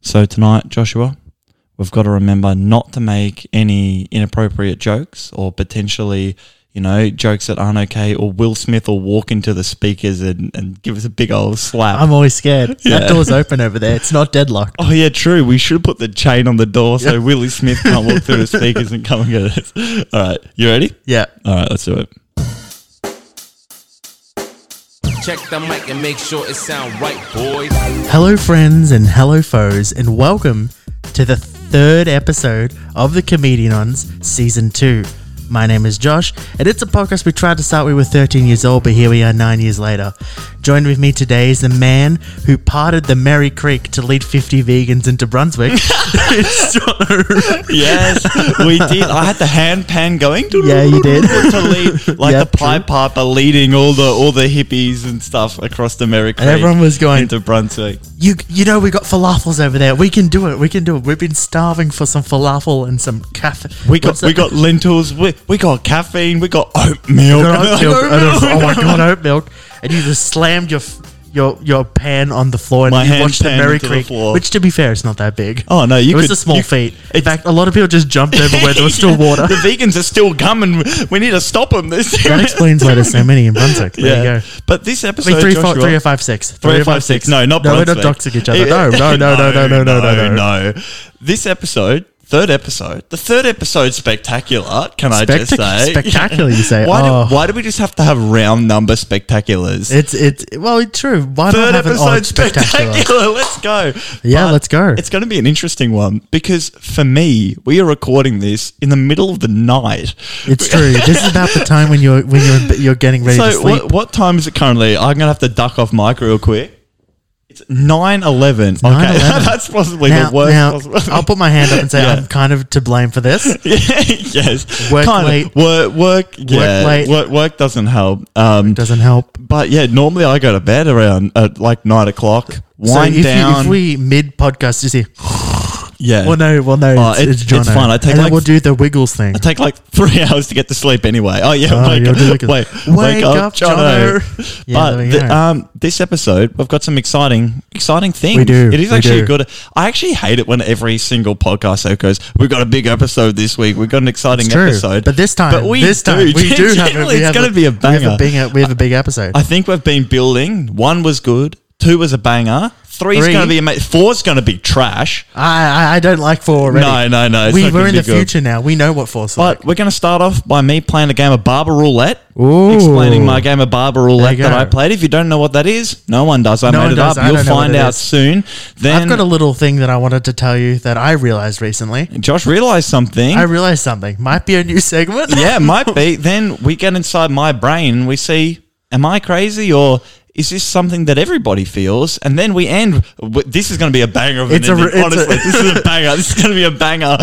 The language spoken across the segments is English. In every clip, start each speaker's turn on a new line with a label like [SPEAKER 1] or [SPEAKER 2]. [SPEAKER 1] So tonight, Joshua, we've got to remember not to make any inappropriate jokes or potentially, you know, jokes that aren't okay. Or Will Smith will walk into the speakers and, and give us a big old slap.
[SPEAKER 2] I'm always scared.
[SPEAKER 1] Yeah.
[SPEAKER 2] That door's open over there. It's not deadlocked.
[SPEAKER 1] Oh yeah, true. We should have put the chain on the door so Willie Smith can't walk through the speakers and come and get us. All right, you ready?
[SPEAKER 2] Yeah.
[SPEAKER 1] All right, let's do it.
[SPEAKER 3] Check the mic and make sure it sound right, boys.
[SPEAKER 2] Hello, friends, and hello, foes, and welcome to the third episode of The Comedian Ons Season 2. My name is Josh, and it's a podcast we tried to start when we were 13 years old, but here we are nine years later. Joined with me today is the man who parted the Merry Creek to lead 50 vegans into Brunswick. it's John O'Rourke.
[SPEAKER 1] Yes, we did. I had the hand pan going.
[SPEAKER 2] Yeah, you did.
[SPEAKER 1] to lead, like
[SPEAKER 2] Yeah,
[SPEAKER 1] the Pied Piper leading all the all the hippies and stuff across the Merry Creek.
[SPEAKER 2] everyone was going-
[SPEAKER 1] into Brunswick.
[SPEAKER 2] You, you know we got falafels over there. We can do it. We can do it. We've been starving for some falafel and some cafe.
[SPEAKER 1] We got
[SPEAKER 2] what's that?
[SPEAKER 1] we got lentils. We, we got caffeine. We got oat milk.
[SPEAKER 2] got
[SPEAKER 1] Like,
[SPEAKER 2] oat milk.
[SPEAKER 1] oat
[SPEAKER 2] and I was
[SPEAKER 1] milk.
[SPEAKER 2] like, oh my god, oat milk! And you just slammed your f- your your pan on the floor and
[SPEAKER 1] My
[SPEAKER 2] you
[SPEAKER 1] hand
[SPEAKER 2] watched the
[SPEAKER 1] pan
[SPEAKER 2] Merry
[SPEAKER 1] into the
[SPEAKER 2] Creek,
[SPEAKER 1] floor.
[SPEAKER 2] which to be fair, it's not that big.
[SPEAKER 1] Oh, no, you
[SPEAKER 2] it was
[SPEAKER 1] could-
[SPEAKER 2] a small
[SPEAKER 1] you-
[SPEAKER 2] feat. In
[SPEAKER 1] it's-
[SPEAKER 2] fact, a lot of people just jumped over where there was still water.
[SPEAKER 1] the vegans are still coming. We need to stop them.
[SPEAKER 2] That explains why there's so many in Brunswick. There
[SPEAKER 1] yeah.
[SPEAKER 2] you go.
[SPEAKER 1] But this episode,
[SPEAKER 2] I mean, three, four,
[SPEAKER 1] Joshua-
[SPEAKER 2] three or five, six.
[SPEAKER 1] Three
[SPEAKER 2] Three
[SPEAKER 1] oh five six. No, not
[SPEAKER 2] No, we're
[SPEAKER 1] Brunswick.
[SPEAKER 2] not doxing each other. No, no, no, no, no, no, no, no, no.
[SPEAKER 1] no. This episode, third episode, the third episode spectacular. Can I just
[SPEAKER 2] Spectac-
[SPEAKER 1] say
[SPEAKER 2] spectacular, you say.
[SPEAKER 1] Why,
[SPEAKER 2] Oh.
[SPEAKER 1] do, why do we just have to have round number spectaculars?
[SPEAKER 2] It's it's well, it's true. Why not
[SPEAKER 1] third
[SPEAKER 2] have an
[SPEAKER 1] episode
[SPEAKER 2] odd spectacular?
[SPEAKER 1] spectacular. Let's go.
[SPEAKER 2] Yeah, let's go.
[SPEAKER 1] It's going to be an interesting one because for me, we are recording this in the middle of the night.
[SPEAKER 2] It's true. This is about the time when you're when you're you're getting ready to
[SPEAKER 1] So
[SPEAKER 2] sleep.
[SPEAKER 1] what, what time is it currently? I'm gonna have to duck off mic real quick. It's nine eleven. Okay,
[SPEAKER 2] 9:11.
[SPEAKER 1] that's possibly
[SPEAKER 2] now,
[SPEAKER 1] the worst.
[SPEAKER 2] now,
[SPEAKER 1] possible.
[SPEAKER 2] I'll put my hand up and say
[SPEAKER 1] Yeah.
[SPEAKER 2] I'm kind of to blame for this.
[SPEAKER 1] yes,
[SPEAKER 2] Work
[SPEAKER 1] Kinda.
[SPEAKER 2] late.
[SPEAKER 1] Work, work, yeah,
[SPEAKER 2] late.
[SPEAKER 1] Work, work doesn't help. Um,
[SPEAKER 2] Doesn't help.
[SPEAKER 1] but yeah, normally I go to bed around uh, like nine o'clock. Wind
[SPEAKER 2] so if,
[SPEAKER 1] down.
[SPEAKER 2] You, if we mid podcast just here,
[SPEAKER 1] yeah,
[SPEAKER 2] well no, well no,
[SPEAKER 1] Oh,
[SPEAKER 2] it's,
[SPEAKER 1] it-
[SPEAKER 2] it's Jono.
[SPEAKER 1] it's fine. I take
[SPEAKER 2] and then
[SPEAKER 1] like-
[SPEAKER 2] we'll do the Wiggles thing.
[SPEAKER 1] I take like three hours to get to sleep anyway. Oh yeah,
[SPEAKER 2] Oh,
[SPEAKER 1] wake,
[SPEAKER 2] you'll
[SPEAKER 1] up,
[SPEAKER 2] do it.
[SPEAKER 1] wait,
[SPEAKER 2] Wake
[SPEAKER 1] wake, up,
[SPEAKER 2] up,
[SPEAKER 1] Jono.
[SPEAKER 2] Jono. Yeah,
[SPEAKER 1] but
[SPEAKER 2] there we
[SPEAKER 1] th-
[SPEAKER 2] go.
[SPEAKER 1] um, this episode, we've got some exciting, exciting things.
[SPEAKER 2] We do,
[SPEAKER 1] It is
[SPEAKER 2] we
[SPEAKER 1] actually
[SPEAKER 2] do.
[SPEAKER 1] good. I actually hate it when every single podcast show goes, "We've got a big episode this week. We've got an exciting
[SPEAKER 2] It's true.
[SPEAKER 1] episode."
[SPEAKER 2] But this time,
[SPEAKER 1] But we
[SPEAKER 2] this
[SPEAKER 1] do.
[SPEAKER 2] time we do have it.
[SPEAKER 1] Generally,
[SPEAKER 2] We
[SPEAKER 1] it's
[SPEAKER 2] have
[SPEAKER 1] gonna be a
[SPEAKER 2] We have
[SPEAKER 1] banger.
[SPEAKER 2] a, big, we have a big episode.
[SPEAKER 1] I think we've been building. One was good. Two was a banger. Three's
[SPEAKER 2] Three.
[SPEAKER 1] going to be amazing. Four's going to be trash.
[SPEAKER 2] I, I, I don't like four already.
[SPEAKER 1] No, no, no, it's
[SPEAKER 2] We,
[SPEAKER 1] not
[SPEAKER 2] we're
[SPEAKER 1] gonna
[SPEAKER 2] in
[SPEAKER 1] be
[SPEAKER 2] the
[SPEAKER 1] good.
[SPEAKER 2] future now. We know what four's like.
[SPEAKER 1] But we're going to start off by me playing a game of Barber Roulette.
[SPEAKER 2] Ooh.
[SPEAKER 1] Explaining my game of Barber Roulette
[SPEAKER 2] you
[SPEAKER 1] that
[SPEAKER 2] go.
[SPEAKER 1] I played. If you don't know what that is, no one does. I
[SPEAKER 2] No
[SPEAKER 1] made
[SPEAKER 2] one
[SPEAKER 1] it
[SPEAKER 2] does.
[SPEAKER 1] up.
[SPEAKER 2] I
[SPEAKER 1] You'll
[SPEAKER 2] don't know what
[SPEAKER 1] find
[SPEAKER 2] it
[SPEAKER 1] out
[SPEAKER 2] is.
[SPEAKER 1] soon. Then
[SPEAKER 2] I've got a little thing that I wanted to tell you that I realized recently.
[SPEAKER 1] Josh realized something.
[SPEAKER 2] I realized something. Might be a new segment.
[SPEAKER 1] yeah, might be. Then we get inside my brain and we see, am I crazy or is this something that everybody feels? And then we end. with- This is going to be a banger of an
[SPEAKER 2] It's a-
[SPEAKER 1] ending.
[SPEAKER 2] it's a-
[SPEAKER 1] honestly, this is a banger. This is going to be a banger.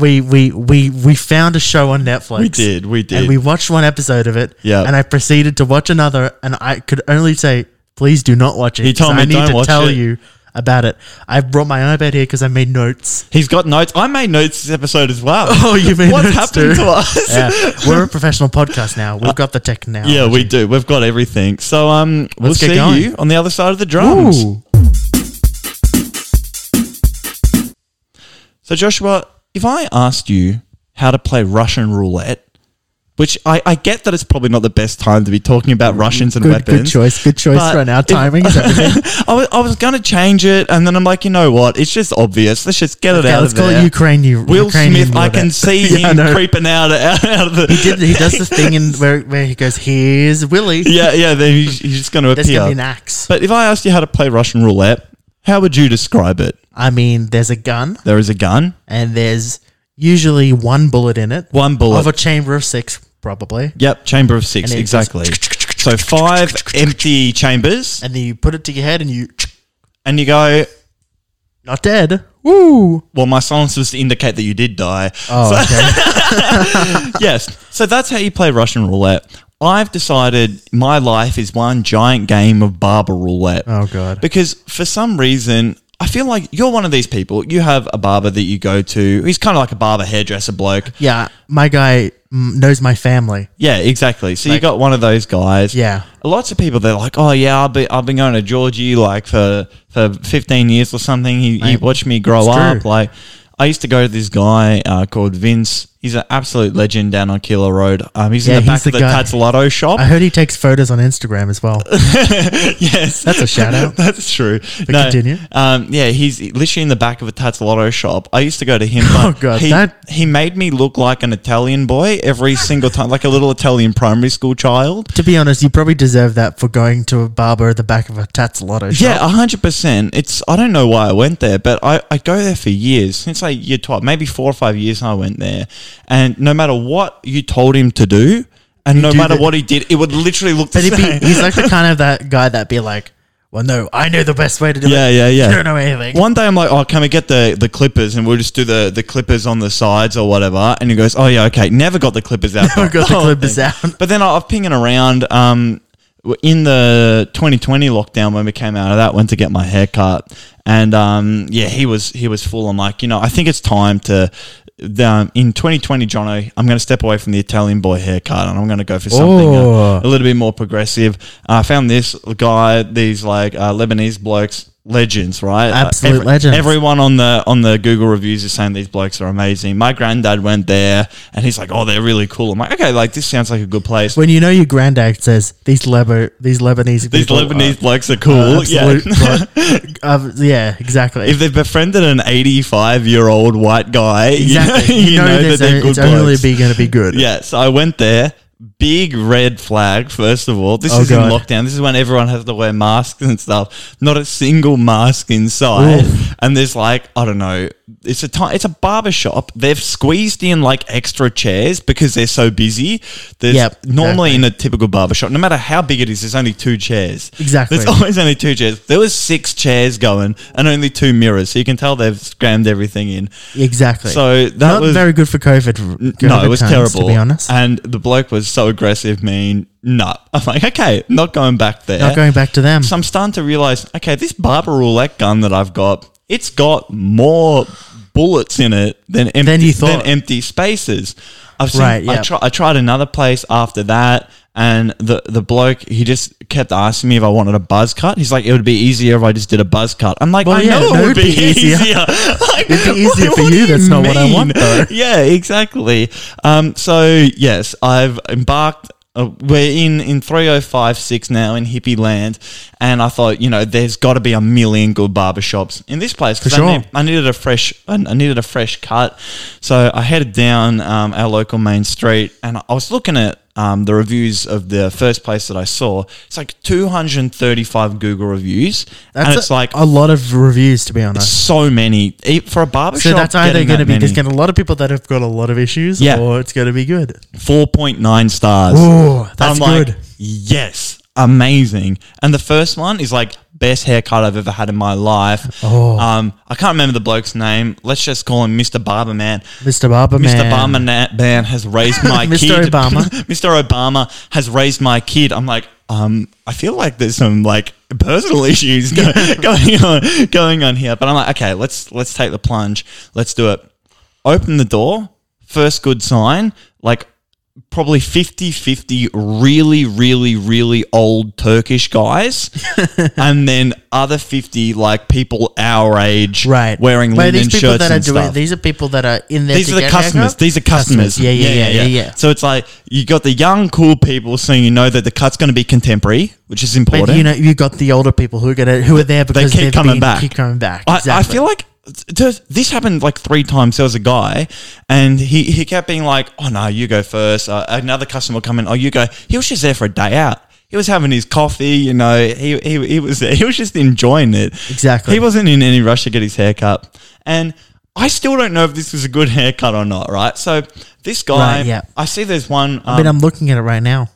[SPEAKER 2] we we we we found a show on Netflix.
[SPEAKER 1] We did. We did.
[SPEAKER 2] And we watched one episode of it.
[SPEAKER 1] Yeah.
[SPEAKER 2] And I proceeded to watch another, and I could only say, please do not watch it.
[SPEAKER 1] He told
[SPEAKER 2] 'cause
[SPEAKER 1] me
[SPEAKER 2] I need
[SPEAKER 1] don't
[SPEAKER 2] to
[SPEAKER 1] watch
[SPEAKER 2] tell
[SPEAKER 1] it.
[SPEAKER 2] you about it. I brought my iPad here because I made notes.
[SPEAKER 1] He's got notes. I made notes this episode as well.
[SPEAKER 2] Oh, you made
[SPEAKER 1] What's
[SPEAKER 2] notes
[SPEAKER 1] happened
[SPEAKER 2] too.
[SPEAKER 1] to us?
[SPEAKER 2] Yeah. We're a professional podcast now. We've got the tech now.
[SPEAKER 1] Yeah, we do. We've got everything. So um, we'll
[SPEAKER 2] Let's get
[SPEAKER 1] see
[SPEAKER 2] going.
[SPEAKER 1] you on the other side of the drums.
[SPEAKER 2] Ooh.
[SPEAKER 1] So Joshua, if I asked you how to play Russian roulette, which I, I get that it's probably not the best time to be talking about Russians and
[SPEAKER 2] Good,
[SPEAKER 1] weapons.
[SPEAKER 2] good choice. Good choice
[SPEAKER 1] But
[SPEAKER 2] right now.
[SPEAKER 1] if-
[SPEAKER 2] Timing is everything.
[SPEAKER 1] I was, I was going to change it, and then I'm like, you know what? It's just obvious. Let's just get it
[SPEAKER 2] Okay,
[SPEAKER 1] out
[SPEAKER 2] let's
[SPEAKER 1] of
[SPEAKER 2] call
[SPEAKER 1] there.
[SPEAKER 2] it Ukraine. U-
[SPEAKER 1] Will
[SPEAKER 2] Ukrainian
[SPEAKER 1] Smith, I can
[SPEAKER 2] roulette.
[SPEAKER 1] see
[SPEAKER 2] Yeah, I
[SPEAKER 1] him
[SPEAKER 2] know.
[SPEAKER 1] creeping out, out, out of the.
[SPEAKER 2] He, did, he does the thing in where, where he goes, here's Willie.
[SPEAKER 1] Yeah, yeah. Then he's, he's just going to
[SPEAKER 2] There's
[SPEAKER 1] appear.
[SPEAKER 2] going to be an axe.
[SPEAKER 1] But if I asked you how to play Russian roulette, how would you describe it?
[SPEAKER 2] I mean, there's a gun,
[SPEAKER 1] There is a gun,
[SPEAKER 2] and there's usually one bullet in it.
[SPEAKER 1] one bullet.
[SPEAKER 2] Of a chamber of six, probably.
[SPEAKER 1] yep, chamber of six,
[SPEAKER 2] And it just-
[SPEAKER 1] exactly. So five empty chambers,
[SPEAKER 2] And then you put it to your head and you.
[SPEAKER 1] and you go.
[SPEAKER 2] Not dead. Woo!
[SPEAKER 1] Well, my silence was to indicate that you did die.
[SPEAKER 2] Oh, okay.
[SPEAKER 1] yes. So that's how you play Russian roulette. I've decided my life is one giant game of barber roulette.
[SPEAKER 2] Oh, God.
[SPEAKER 1] Because for some reason, I feel like you're one of these people. You have a barber that you go to. He's kind of like a barber hairdresser bloke.
[SPEAKER 2] Yeah, my guy mm, knows my family.
[SPEAKER 1] Yeah, exactly. So you
[SPEAKER 2] Like-
[SPEAKER 1] got one of those guys.
[SPEAKER 2] Yeah.
[SPEAKER 1] Lots of people they're like, Oh yeah, I've been I've been going to Georgie like for for fifteen years or something. He, he
[SPEAKER 2] Mate,
[SPEAKER 1] watched me grow
[SPEAKER 2] it's
[SPEAKER 1] up.
[SPEAKER 2] true.
[SPEAKER 1] Like I used to go to this guy uh, called Vince. He's an absolute legend down on Killer Road. Um, he's
[SPEAKER 2] Yeah,
[SPEAKER 1] in the back
[SPEAKER 2] he's
[SPEAKER 1] of
[SPEAKER 2] the
[SPEAKER 1] the
[SPEAKER 2] guy.
[SPEAKER 1] Tats Lotto shop.
[SPEAKER 2] I heard he takes photos on Instagram as well.
[SPEAKER 1] yes,
[SPEAKER 2] That's a shout out.
[SPEAKER 1] That's true.
[SPEAKER 2] continue.
[SPEAKER 1] Um, yeah, he's literally in the back of a Tats Lotto shop. I used to go to him.
[SPEAKER 2] Oh,
[SPEAKER 1] but
[SPEAKER 2] God,
[SPEAKER 1] he,
[SPEAKER 2] that-
[SPEAKER 1] he made me look like an Italian boy every single time, like a little Italian primary school child.
[SPEAKER 2] to be honest, you probably deserve that for going to a barber at the back of a Tats Lotto shop.
[SPEAKER 1] Yeah, hundred percent. It's I don't know why I went there, but I, I go there for years since like year twelve, maybe four or five years. I went there, and no matter what you told him to do, and no
[SPEAKER 2] do
[SPEAKER 1] matter
[SPEAKER 2] the-
[SPEAKER 1] what he did, it would literally look the
[SPEAKER 2] But he'd
[SPEAKER 1] same.
[SPEAKER 2] be, he's like the kind of that guy that be like, well, no, I know the best way to do
[SPEAKER 1] Yeah,
[SPEAKER 2] it.
[SPEAKER 1] yeah, yeah.
[SPEAKER 2] You don't know anything.
[SPEAKER 1] One day I'm like, oh, can we get the, the clippers and we'll just do the, the clippers on the sides or whatever? And he goes, oh, yeah, okay. Never got the clippers out.
[SPEAKER 2] Never got the
[SPEAKER 1] whole
[SPEAKER 2] clippers
[SPEAKER 1] thing.
[SPEAKER 2] out.
[SPEAKER 1] Um, But then I- I'm pinging around um, w- in the 2020 lockdown when we came out of that, went to get my hair cut. And um, yeah, he was he was full. I'm like, you know, I think it's time to. the- Um, in 2020, Jono, I'm going to step away from the Italian boy haircut and I'm going to go for something uh,
[SPEAKER 2] Oh.
[SPEAKER 1] a little bit more progressive. Uh, I found this guy, these like uh, Lebanese blokes, legends, right? Uh,
[SPEAKER 2] Absolute legends.
[SPEAKER 1] Everyone on the on the Google reviews is saying these blokes are amazing. My granddad went there, and he's like, "Oh, they're really cool." I'm like, "Okay, like this sounds like a good place."
[SPEAKER 2] When you know your granddad says, these, Lebo, these Lebanese
[SPEAKER 1] these
[SPEAKER 2] people
[SPEAKER 1] Lebanese
[SPEAKER 2] are,
[SPEAKER 1] blokes are cool.
[SPEAKER 2] are
[SPEAKER 1] yeah.
[SPEAKER 2] absolute god- uh, yeah, exactly.
[SPEAKER 1] Uh, If they've befriended an 85 year old white guy, you know-
[SPEAKER 2] exactly.
[SPEAKER 1] you, know, that
[SPEAKER 2] there's
[SPEAKER 1] they're
[SPEAKER 2] a-
[SPEAKER 1] good
[SPEAKER 2] it's only
[SPEAKER 1] blokes.
[SPEAKER 2] be going to be good.
[SPEAKER 1] Yeah, so I went there. Big red flag, first of all. This
[SPEAKER 2] Oh,
[SPEAKER 1] is
[SPEAKER 2] God.
[SPEAKER 1] in lockdown. This is when everyone has to wear masks and stuff. Not a single mask inside.
[SPEAKER 2] Oof.
[SPEAKER 1] And there's like, I don't know, it's a ti it's a barber shop. They've squeezed in like extra chairs because they're so busy. There's
[SPEAKER 2] Yep,
[SPEAKER 1] normally in a typical barber shop, no matter how big it is, there's only two chairs.
[SPEAKER 2] Exactly.
[SPEAKER 1] There's always only two chairs. There was six chairs going and only two mirrors. So you can tell they've crammed everything in.
[SPEAKER 2] Exactly.
[SPEAKER 1] So that
[SPEAKER 2] Not
[SPEAKER 1] was
[SPEAKER 2] very good for COVID. COVID
[SPEAKER 1] No, it was
[SPEAKER 2] times,
[SPEAKER 1] terrible.
[SPEAKER 2] To be honest.
[SPEAKER 1] And the bloke was so aggressive, mean, nah. I'm like, okay, not going back there.
[SPEAKER 2] Not going back to them.
[SPEAKER 1] So I'm starting to realize, okay, this Barber roulette gun that I've got, it's got more bullets in it than empty,
[SPEAKER 2] Than you thought.
[SPEAKER 1] than empty spaces. I've seen,
[SPEAKER 2] Right, yeah.
[SPEAKER 1] I, try, I tried another place after that. And the, the bloke, he just kept asking me if I wanted a buzz cut. He's like, it would be easier if I just did a buzz cut. I'm like,
[SPEAKER 2] Well,
[SPEAKER 1] I
[SPEAKER 2] yeah,
[SPEAKER 1] know
[SPEAKER 2] no,
[SPEAKER 1] it would be, easier. Like,
[SPEAKER 2] It'd be easier for
[SPEAKER 1] do
[SPEAKER 2] you, that's not what I
[SPEAKER 1] mean?
[SPEAKER 2] want, though.
[SPEAKER 1] yeah, exactly. Um, so yes, I've embarked. Uh, we're in in 3056 now in hippie land, and I thought, you know, there's got to be a million good barbershops in this place because
[SPEAKER 2] For
[SPEAKER 1] I,
[SPEAKER 2] sure.
[SPEAKER 1] need- I needed a fresh, I I needed a fresh cut. So I headed down um, our local main street, and I was looking at. Um, the reviews of the first place that I saw, it's like 235 Google reviews, and
[SPEAKER 2] That's
[SPEAKER 1] it's
[SPEAKER 2] a,
[SPEAKER 1] like
[SPEAKER 2] a lot of reviews, to be honest.
[SPEAKER 1] so many E- for a barbershop.
[SPEAKER 2] So that's either
[SPEAKER 1] getting
[SPEAKER 2] going to
[SPEAKER 1] that
[SPEAKER 2] be there's
[SPEAKER 1] many.
[SPEAKER 2] going to a lot of people that have got a lot of issues,
[SPEAKER 1] Yeah.
[SPEAKER 2] or it's going to be good.
[SPEAKER 1] 4.9 stars.
[SPEAKER 2] Ooh, that's good.
[SPEAKER 1] Yes, amazing. And the first one is like best haircut I've ever had in my life.
[SPEAKER 2] Oh.
[SPEAKER 1] Um, I can't remember the bloke's name. Let's just call him Mr. Barberman.
[SPEAKER 2] Mr. Barber
[SPEAKER 1] Mr. Barberman man has raised my
[SPEAKER 2] Mr.
[SPEAKER 1] kid.
[SPEAKER 2] Obama.
[SPEAKER 1] Mr. Obama has raised my kid. I'm like, um, I feel like there's some like personal issues go- going on going on here. But I'm like, okay, let's let's take the plunge. Let's do it. Open the door. First good sign. Like probably 50-50 really really really old turkish guys and then other 50 like people our age
[SPEAKER 2] right?
[SPEAKER 1] wearing
[SPEAKER 2] Wait,
[SPEAKER 1] linen
[SPEAKER 2] these people
[SPEAKER 1] shirts
[SPEAKER 2] that are
[SPEAKER 1] and
[SPEAKER 2] doing
[SPEAKER 1] stuff
[SPEAKER 2] these are people that are in there.
[SPEAKER 1] these
[SPEAKER 2] to
[SPEAKER 1] are the
[SPEAKER 2] get
[SPEAKER 1] customers.
[SPEAKER 2] haircuts?
[SPEAKER 1] These are customers.
[SPEAKER 2] Yeah, yeah, yeah, yeah, yeah.
[SPEAKER 1] So it's like you got the young, cool people, so you know that the cut's going to be contemporary, which is important.
[SPEAKER 2] But you know, you got the older people who are gonna who are there because
[SPEAKER 1] keep
[SPEAKER 2] they've
[SPEAKER 1] coming
[SPEAKER 2] been-
[SPEAKER 1] back.
[SPEAKER 2] Keep coming back.
[SPEAKER 1] I, I
[SPEAKER 2] Exactly.
[SPEAKER 1] feel like th- this happened like three times. There was a guy, and he, he kept being like, "Oh no, you go first. Uh, another customer will come in. Oh, you go." He was just there for a day out. He was having his coffee, you know. He, he, he was he was just enjoying it.
[SPEAKER 2] Exactly.
[SPEAKER 1] He wasn't in any rush to get his haircut, and I still don't know if this was a good haircut or not. Right. So this guy,
[SPEAKER 2] Right, yeah.
[SPEAKER 1] I see there's one. Um,
[SPEAKER 2] I mean, I'm looking at it right now.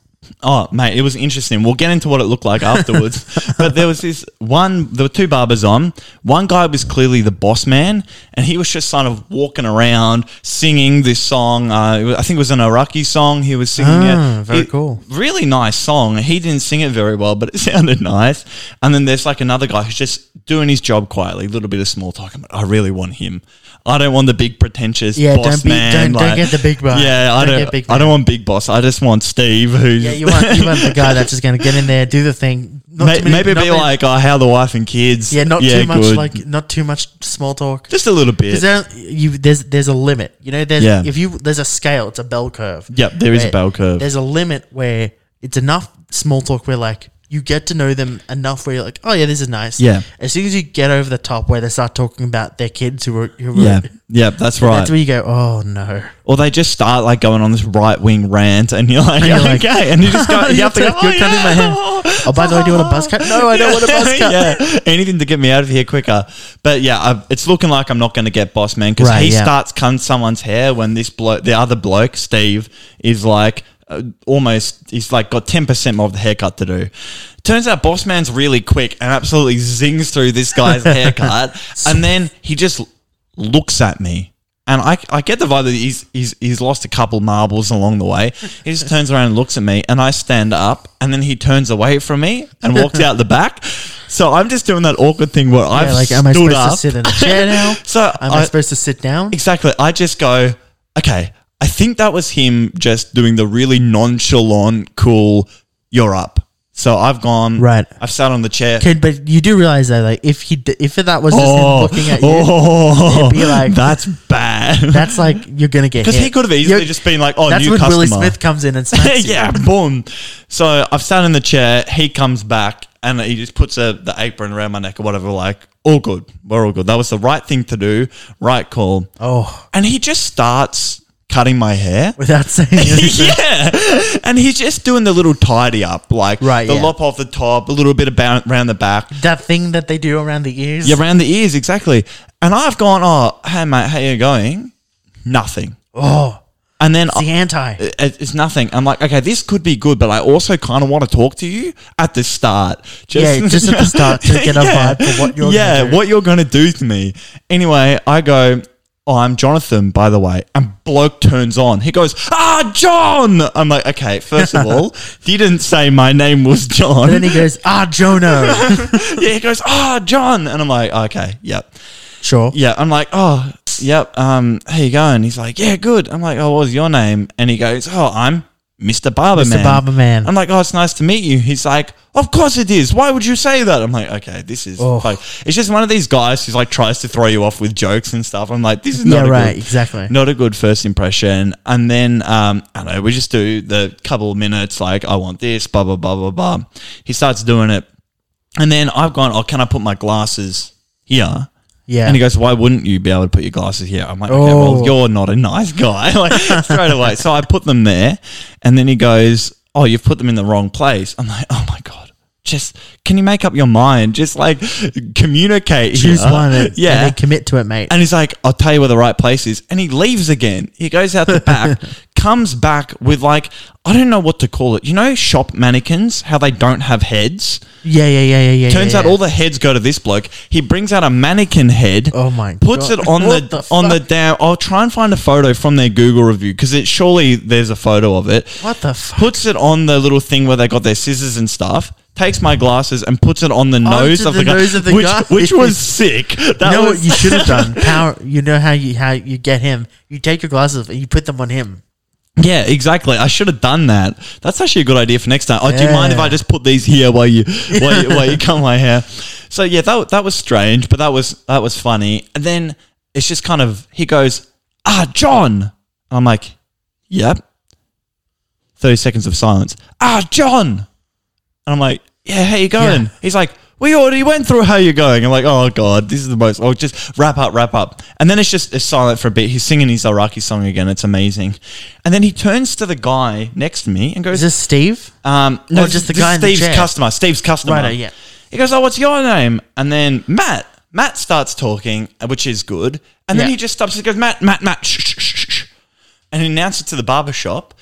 [SPEAKER 1] Oh, mate, it was interesting. We'll get into what it looked like afterwards. but there was this one, there were two barbers on. One guy was clearly the boss man, and he was just kind of walking around singing this song. Uh, it was- I think it was an Iraqi song he was singing
[SPEAKER 2] Ah,
[SPEAKER 1] it.
[SPEAKER 2] very
[SPEAKER 1] It-
[SPEAKER 2] cool.
[SPEAKER 1] Really nice song. He didn't sing it very well, but it sounded nice. And then there's like another guy who's just doing his job quietly, a little bit of small talk. I'm like, I really want him. I don't want the big pretentious
[SPEAKER 2] Yeah,
[SPEAKER 1] boss
[SPEAKER 2] don't be-
[SPEAKER 1] man.
[SPEAKER 2] don't- don't
[SPEAKER 1] like-
[SPEAKER 2] get the big boss.
[SPEAKER 1] Yeah, I
[SPEAKER 2] Don't
[SPEAKER 1] don't.
[SPEAKER 2] get big
[SPEAKER 1] I
[SPEAKER 2] man.
[SPEAKER 1] don't want big boss. I just want Steve, who's
[SPEAKER 2] Yeah, you want you want the guy that's just going to get in there, do the thing. Not
[SPEAKER 1] May-
[SPEAKER 2] too many-
[SPEAKER 1] maybe
[SPEAKER 2] not
[SPEAKER 1] be
[SPEAKER 2] many-
[SPEAKER 1] like, oh, how the wife and kids.
[SPEAKER 2] yeah, not too much
[SPEAKER 1] good.
[SPEAKER 2] like not too much small talk.
[SPEAKER 1] just a little bit.
[SPEAKER 2] Because there, you there's there's a limit. You know, there's
[SPEAKER 1] Yeah.
[SPEAKER 2] if you there's a scale, it's a bell curve.
[SPEAKER 1] Yep, there is a
[SPEAKER 2] Where
[SPEAKER 1] bell curve.
[SPEAKER 2] There's a limit where it's enough small talk where like you get to know them enough where you're like, oh yeah, this is nice.
[SPEAKER 1] Yeah.
[SPEAKER 2] As soon as you get over the top where they start talking about their kids who are who
[SPEAKER 1] yeah,
[SPEAKER 2] are,
[SPEAKER 1] yeah, that's right.
[SPEAKER 2] that's where you go, oh no.
[SPEAKER 1] or they just start like going on this right wing rant, and you're like,
[SPEAKER 2] you're like,
[SPEAKER 1] okay, and you just go, you
[SPEAKER 2] You're
[SPEAKER 1] have to go,
[SPEAKER 2] cutting-
[SPEAKER 1] oh,
[SPEAKER 2] you're cutting my hair.
[SPEAKER 1] yeah.
[SPEAKER 2] Oh, by the way, do you want a buzz cut? No, I don't want a buzz cut.
[SPEAKER 1] yeah, anything to get me out of here quicker. But yeah, i it's looking like I'm not going to get boss man because
[SPEAKER 2] Right,
[SPEAKER 1] he
[SPEAKER 2] yeah.
[SPEAKER 1] starts cutting someone's hair when this bloke, the other bloke, Steve, is like uh, almost he's like got ten percent more of the haircut to do. Turns out boss man's really quick and absolutely zings through this guy's haircut, and then he just looks at me. And I, I get the vibe that he's, he's, he's lost a couple marbles along the way. He just turns around and looks at me, and I stand up, and then he turns away from me and walks out the back. So I'm just doing that awkward thing where I've
[SPEAKER 2] Yeah, like,
[SPEAKER 1] stood
[SPEAKER 2] am I supposed
[SPEAKER 1] up.
[SPEAKER 2] to sit in a chair now?
[SPEAKER 1] So
[SPEAKER 2] am I,
[SPEAKER 1] I-
[SPEAKER 2] supposed to sit down?
[SPEAKER 1] Exactly. I just go, okay, I think that was him just doing the really nonchalant, cool, you're up. So I've gone,
[SPEAKER 2] Right.
[SPEAKER 1] I've sat on the chair.
[SPEAKER 2] Kid, but you do realize that like if he d- if that was just him looking at you,
[SPEAKER 1] oh,
[SPEAKER 2] it'd be like-
[SPEAKER 1] that's bad.
[SPEAKER 2] that's like you're gonna get
[SPEAKER 1] Because
[SPEAKER 2] hit.
[SPEAKER 1] he could have easily
[SPEAKER 2] You're-
[SPEAKER 1] just been like, oh,
[SPEAKER 2] that's
[SPEAKER 1] new
[SPEAKER 2] when
[SPEAKER 1] customer.
[SPEAKER 2] Willie Smith comes in and smacks you.
[SPEAKER 1] yeah, boom. So I've sat in the chair. He comes back and he just puts a, the apron around my neck or whatever. Like, all good. We're all good. That was the right thing to do. Right call.
[SPEAKER 2] Oh,
[SPEAKER 1] And he just starts cutting my hair.
[SPEAKER 2] without saying anything.
[SPEAKER 1] yeah. And he's just doing the little tidy up, like
[SPEAKER 2] Right,
[SPEAKER 1] the
[SPEAKER 2] yeah.
[SPEAKER 1] lop off the top, a little bit about around the back.
[SPEAKER 2] that thing that they do around the ears.
[SPEAKER 1] Yeah, around the ears, exactly. And I've gone, oh, hey, mate, how you going? Nothing.
[SPEAKER 2] Oh,
[SPEAKER 1] And then
[SPEAKER 2] it's the anti.
[SPEAKER 1] it- it's nothing. I'm like, okay, this could be good, but I also kind of want to talk to you at the start.
[SPEAKER 2] Yeah, just at the start to get a vibe for what you're
[SPEAKER 1] Yeah,
[SPEAKER 2] gonna do.
[SPEAKER 1] what you're going to do to me. Anyway, I go. Oh, I'm Jonathan, by the way. And bloke turns on. He goes, Ah, John. I'm like, okay. First of all, didn't say my name was John.
[SPEAKER 2] And then he goes, ah, Jono.
[SPEAKER 1] yeah, he goes, Ah, John. And I'm like, okay, yep.
[SPEAKER 2] sure.
[SPEAKER 1] Yeah, I'm like, oh, yep. Um, how you going? He's like, yeah, good. I'm like, oh, what was your name? And he goes, oh, I'm Mr. Barberman.
[SPEAKER 2] Mr. Barberman.
[SPEAKER 1] I'm like, oh, it's nice to meet you. He's like, of course it is. Why would you say that? I'm like, okay, this is
[SPEAKER 2] Oh.
[SPEAKER 1] like, it's just one of these guys who's like tries to throw you off with jokes and stuff. I'm like, this is
[SPEAKER 2] Yeah,
[SPEAKER 1] not a
[SPEAKER 2] right,
[SPEAKER 1] good,
[SPEAKER 2] exactly.
[SPEAKER 1] not a good first impression. And then um, I don't know, we just do the couple of minutes like, I want this, blah blah blah blah blah. He starts doing it, and then I've gone, oh, can I put my glasses here?
[SPEAKER 2] Yeah.
[SPEAKER 1] And he goes, "Why wouldn't you be able to put your glasses here?" I'm like, "Okay,
[SPEAKER 2] Oh.
[SPEAKER 1] well, you're not a nice guy." like straight away. So I put them there, and then he goes, "Oh, you've put them in the wrong place." I'm like, "Oh my god." Just can you make up your mind? Just like communicate.
[SPEAKER 2] Choose
[SPEAKER 1] here."
[SPEAKER 2] one and,
[SPEAKER 1] yeah.
[SPEAKER 2] and then commit to it, mate.
[SPEAKER 1] And he's like, I'll tell you where the right place is. And he leaves again. He goes out the back, comes back with like, I don't know what to call it. You know, shop mannequins, how they don't have heads?
[SPEAKER 2] yeah, yeah, yeah, yeah, yeah.
[SPEAKER 1] Turns
[SPEAKER 2] yeah,
[SPEAKER 1] out all the heads go to this bloke. He brings out a mannequin head.
[SPEAKER 2] Oh my
[SPEAKER 1] Puts
[SPEAKER 2] God.
[SPEAKER 1] it on the,
[SPEAKER 2] What the
[SPEAKER 1] on the
[SPEAKER 2] fuck?
[SPEAKER 1] down. I'll try and find a photo from their Google review because it surely there's a photo of it.
[SPEAKER 2] What the fuck?
[SPEAKER 1] Puts it on the little thing where they got their scissors and stuff. Takes my glasses and puts it on the nose
[SPEAKER 2] to
[SPEAKER 1] of
[SPEAKER 2] the
[SPEAKER 1] the, guy,
[SPEAKER 2] nose of the
[SPEAKER 1] which,
[SPEAKER 2] guy.
[SPEAKER 1] which was sick. That
[SPEAKER 2] You know
[SPEAKER 1] was
[SPEAKER 2] what you should have done? Power. You know how you how you get him. You take your glasses off and you put them on him.
[SPEAKER 1] Yeah, exactly. I should have done that. That's actually a good idea for next time. Oh, do you mind if
[SPEAKER 2] Yeah.
[SPEAKER 1] I just put these here while you while you, while you cut my hair? So yeah, that that was strange, but that was that was funny. And then it's just kind of he goes, "Ah, John." I'm like, "Yep." Thirty seconds of silence. Ah, John. And I'm like, "Yeah, how you going?"
[SPEAKER 2] Yeah.
[SPEAKER 1] He's like. We already went through how you're going. I'm like, oh god, this is the most. Oh, just wrap up, wrap up, and then it's just it's silent for a bit. He's singing his Iraqi song again. It's amazing, and then he turns to the guy next to me and goes,
[SPEAKER 2] Is this Steve?
[SPEAKER 1] um, no,
[SPEAKER 2] Or just the
[SPEAKER 1] this
[SPEAKER 2] guy
[SPEAKER 1] is
[SPEAKER 2] in the
[SPEAKER 1] Steve's
[SPEAKER 2] chair?
[SPEAKER 1] customer. Steve's customer.
[SPEAKER 2] Righto, yeah.
[SPEAKER 1] He goes, "Oh, what's your name?" And then Matt, Matt starts talking, which is good. And then
[SPEAKER 2] Yeah.
[SPEAKER 1] he just stops. He goes, "Matt, Matt, Matt," shh, shh, shh, shh, shh, and he announces to the barber shop,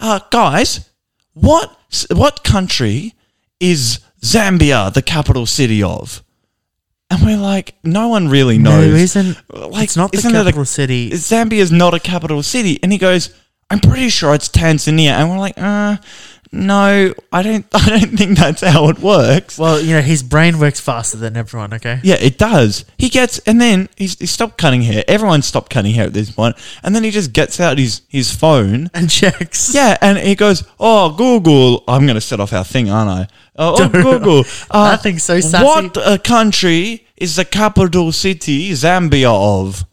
[SPEAKER 1] uh, "Guys, What s- what country is Zambia the capital city of? And we're like, no one really
[SPEAKER 2] No,
[SPEAKER 1] knows.
[SPEAKER 2] isn't
[SPEAKER 1] Like,
[SPEAKER 2] it's not the
[SPEAKER 1] isn't it a-
[SPEAKER 2] capital city.
[SPEAKER 1] Zambia is not a capital city. And he goes, I'm pretty sure it's Tanzania. And we're like, uh, no, I don't, I don't think that's how it works.
[SPEAKER 2] well, you know, his brain works faster than everyone. Okay.
[SPEAKER 1] Yeah, it does. He gets, and then he's, he stopped cutting hair. Everyone stopped cutting hair at this point. And then he just gets out his, his phone.
[SPEAKER 2] And checks.
[SPEAKER 1] Yeah, and he goes, "Oh Google, I'm going to set off our thing, aren't I? Uh, oh Google, uh,
[SPEAKER 2] That thing's so sassy.
[SPEAKER 1] What uh, country is the capital city Zambia of?"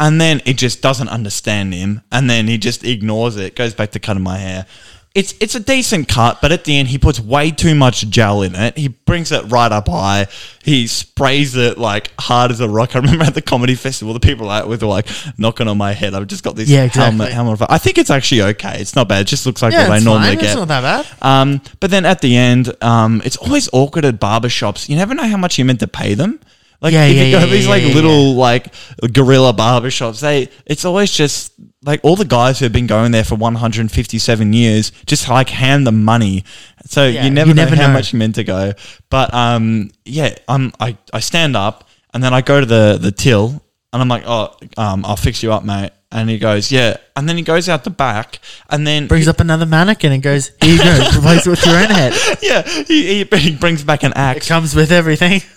[SPEAKER 1] And then it just doesn't understand him, and then he just ignores it. Goes back to cutting my hair. It's it's a decent cut, but at the end he puts way too much gel in it. He brings it right up high. He sprays it like hard as a rock. I remember at the comedy festival, the people I was were like knocking on my head. I've just got this
[SPEAKER 2] Yeah,
[SPEAKER 1] helmet,
[SPEAKER 2] exactly.
[SPEAKER 1] helmet. I think it's actually okay. It's not bad. It just looks like
[SPEAKER 2] Yeah,
[SPEAKER 1] what I
[SPEAKER 2] it's
[SPEAKER 1] normally
[SPEAKER 2] fine. It's
[SPEAKER 1] get.
[SPEAKER 2] not that bad.
[SPEAKER 1] Um, but then at the end, um, it's always awkward at barber shops. You never know how much you're meant to pay them. Like
[SPEAKER 2] Yeah,
[SPEAKER 1] if
[SPEAKER 2] yeah,
[SPEAKER 1] you go
[SPEAKER 2] yeah,
[SPEAKER 1] to these
[SPEAKER 2] yeah,
[SPEAKER 1] like
[SPEAKER 2] yeah,
[SPEAKER 1] little like gorilla barber shops, they it's always just like all the guys who've been going there for 157 years just like hand them money. So
[SPEAKER 2] Yeah,
[SPEAKER 1] you never
[SPEAKER 2] you
[SPEAKER 1] know
[SPEAKER 2] never
[SPEAKER 1] how
[SPEAKER 2] know.
[SPEAKER 1] much you're meant to go. But um, yeah, I'm I, I stand up and then I go to the the till and I'm like, oh, um, I'll fix you up, mate. And he goes, yeah. And then he goes out the back and then
[SPEAKER 2] Brings up another mannequin and goes, "Here you go. Replace it with your own head.
[SPEAKER 1] yeah, he, he, he brings back an axe,
[SPEAKER 2] Comes with everything."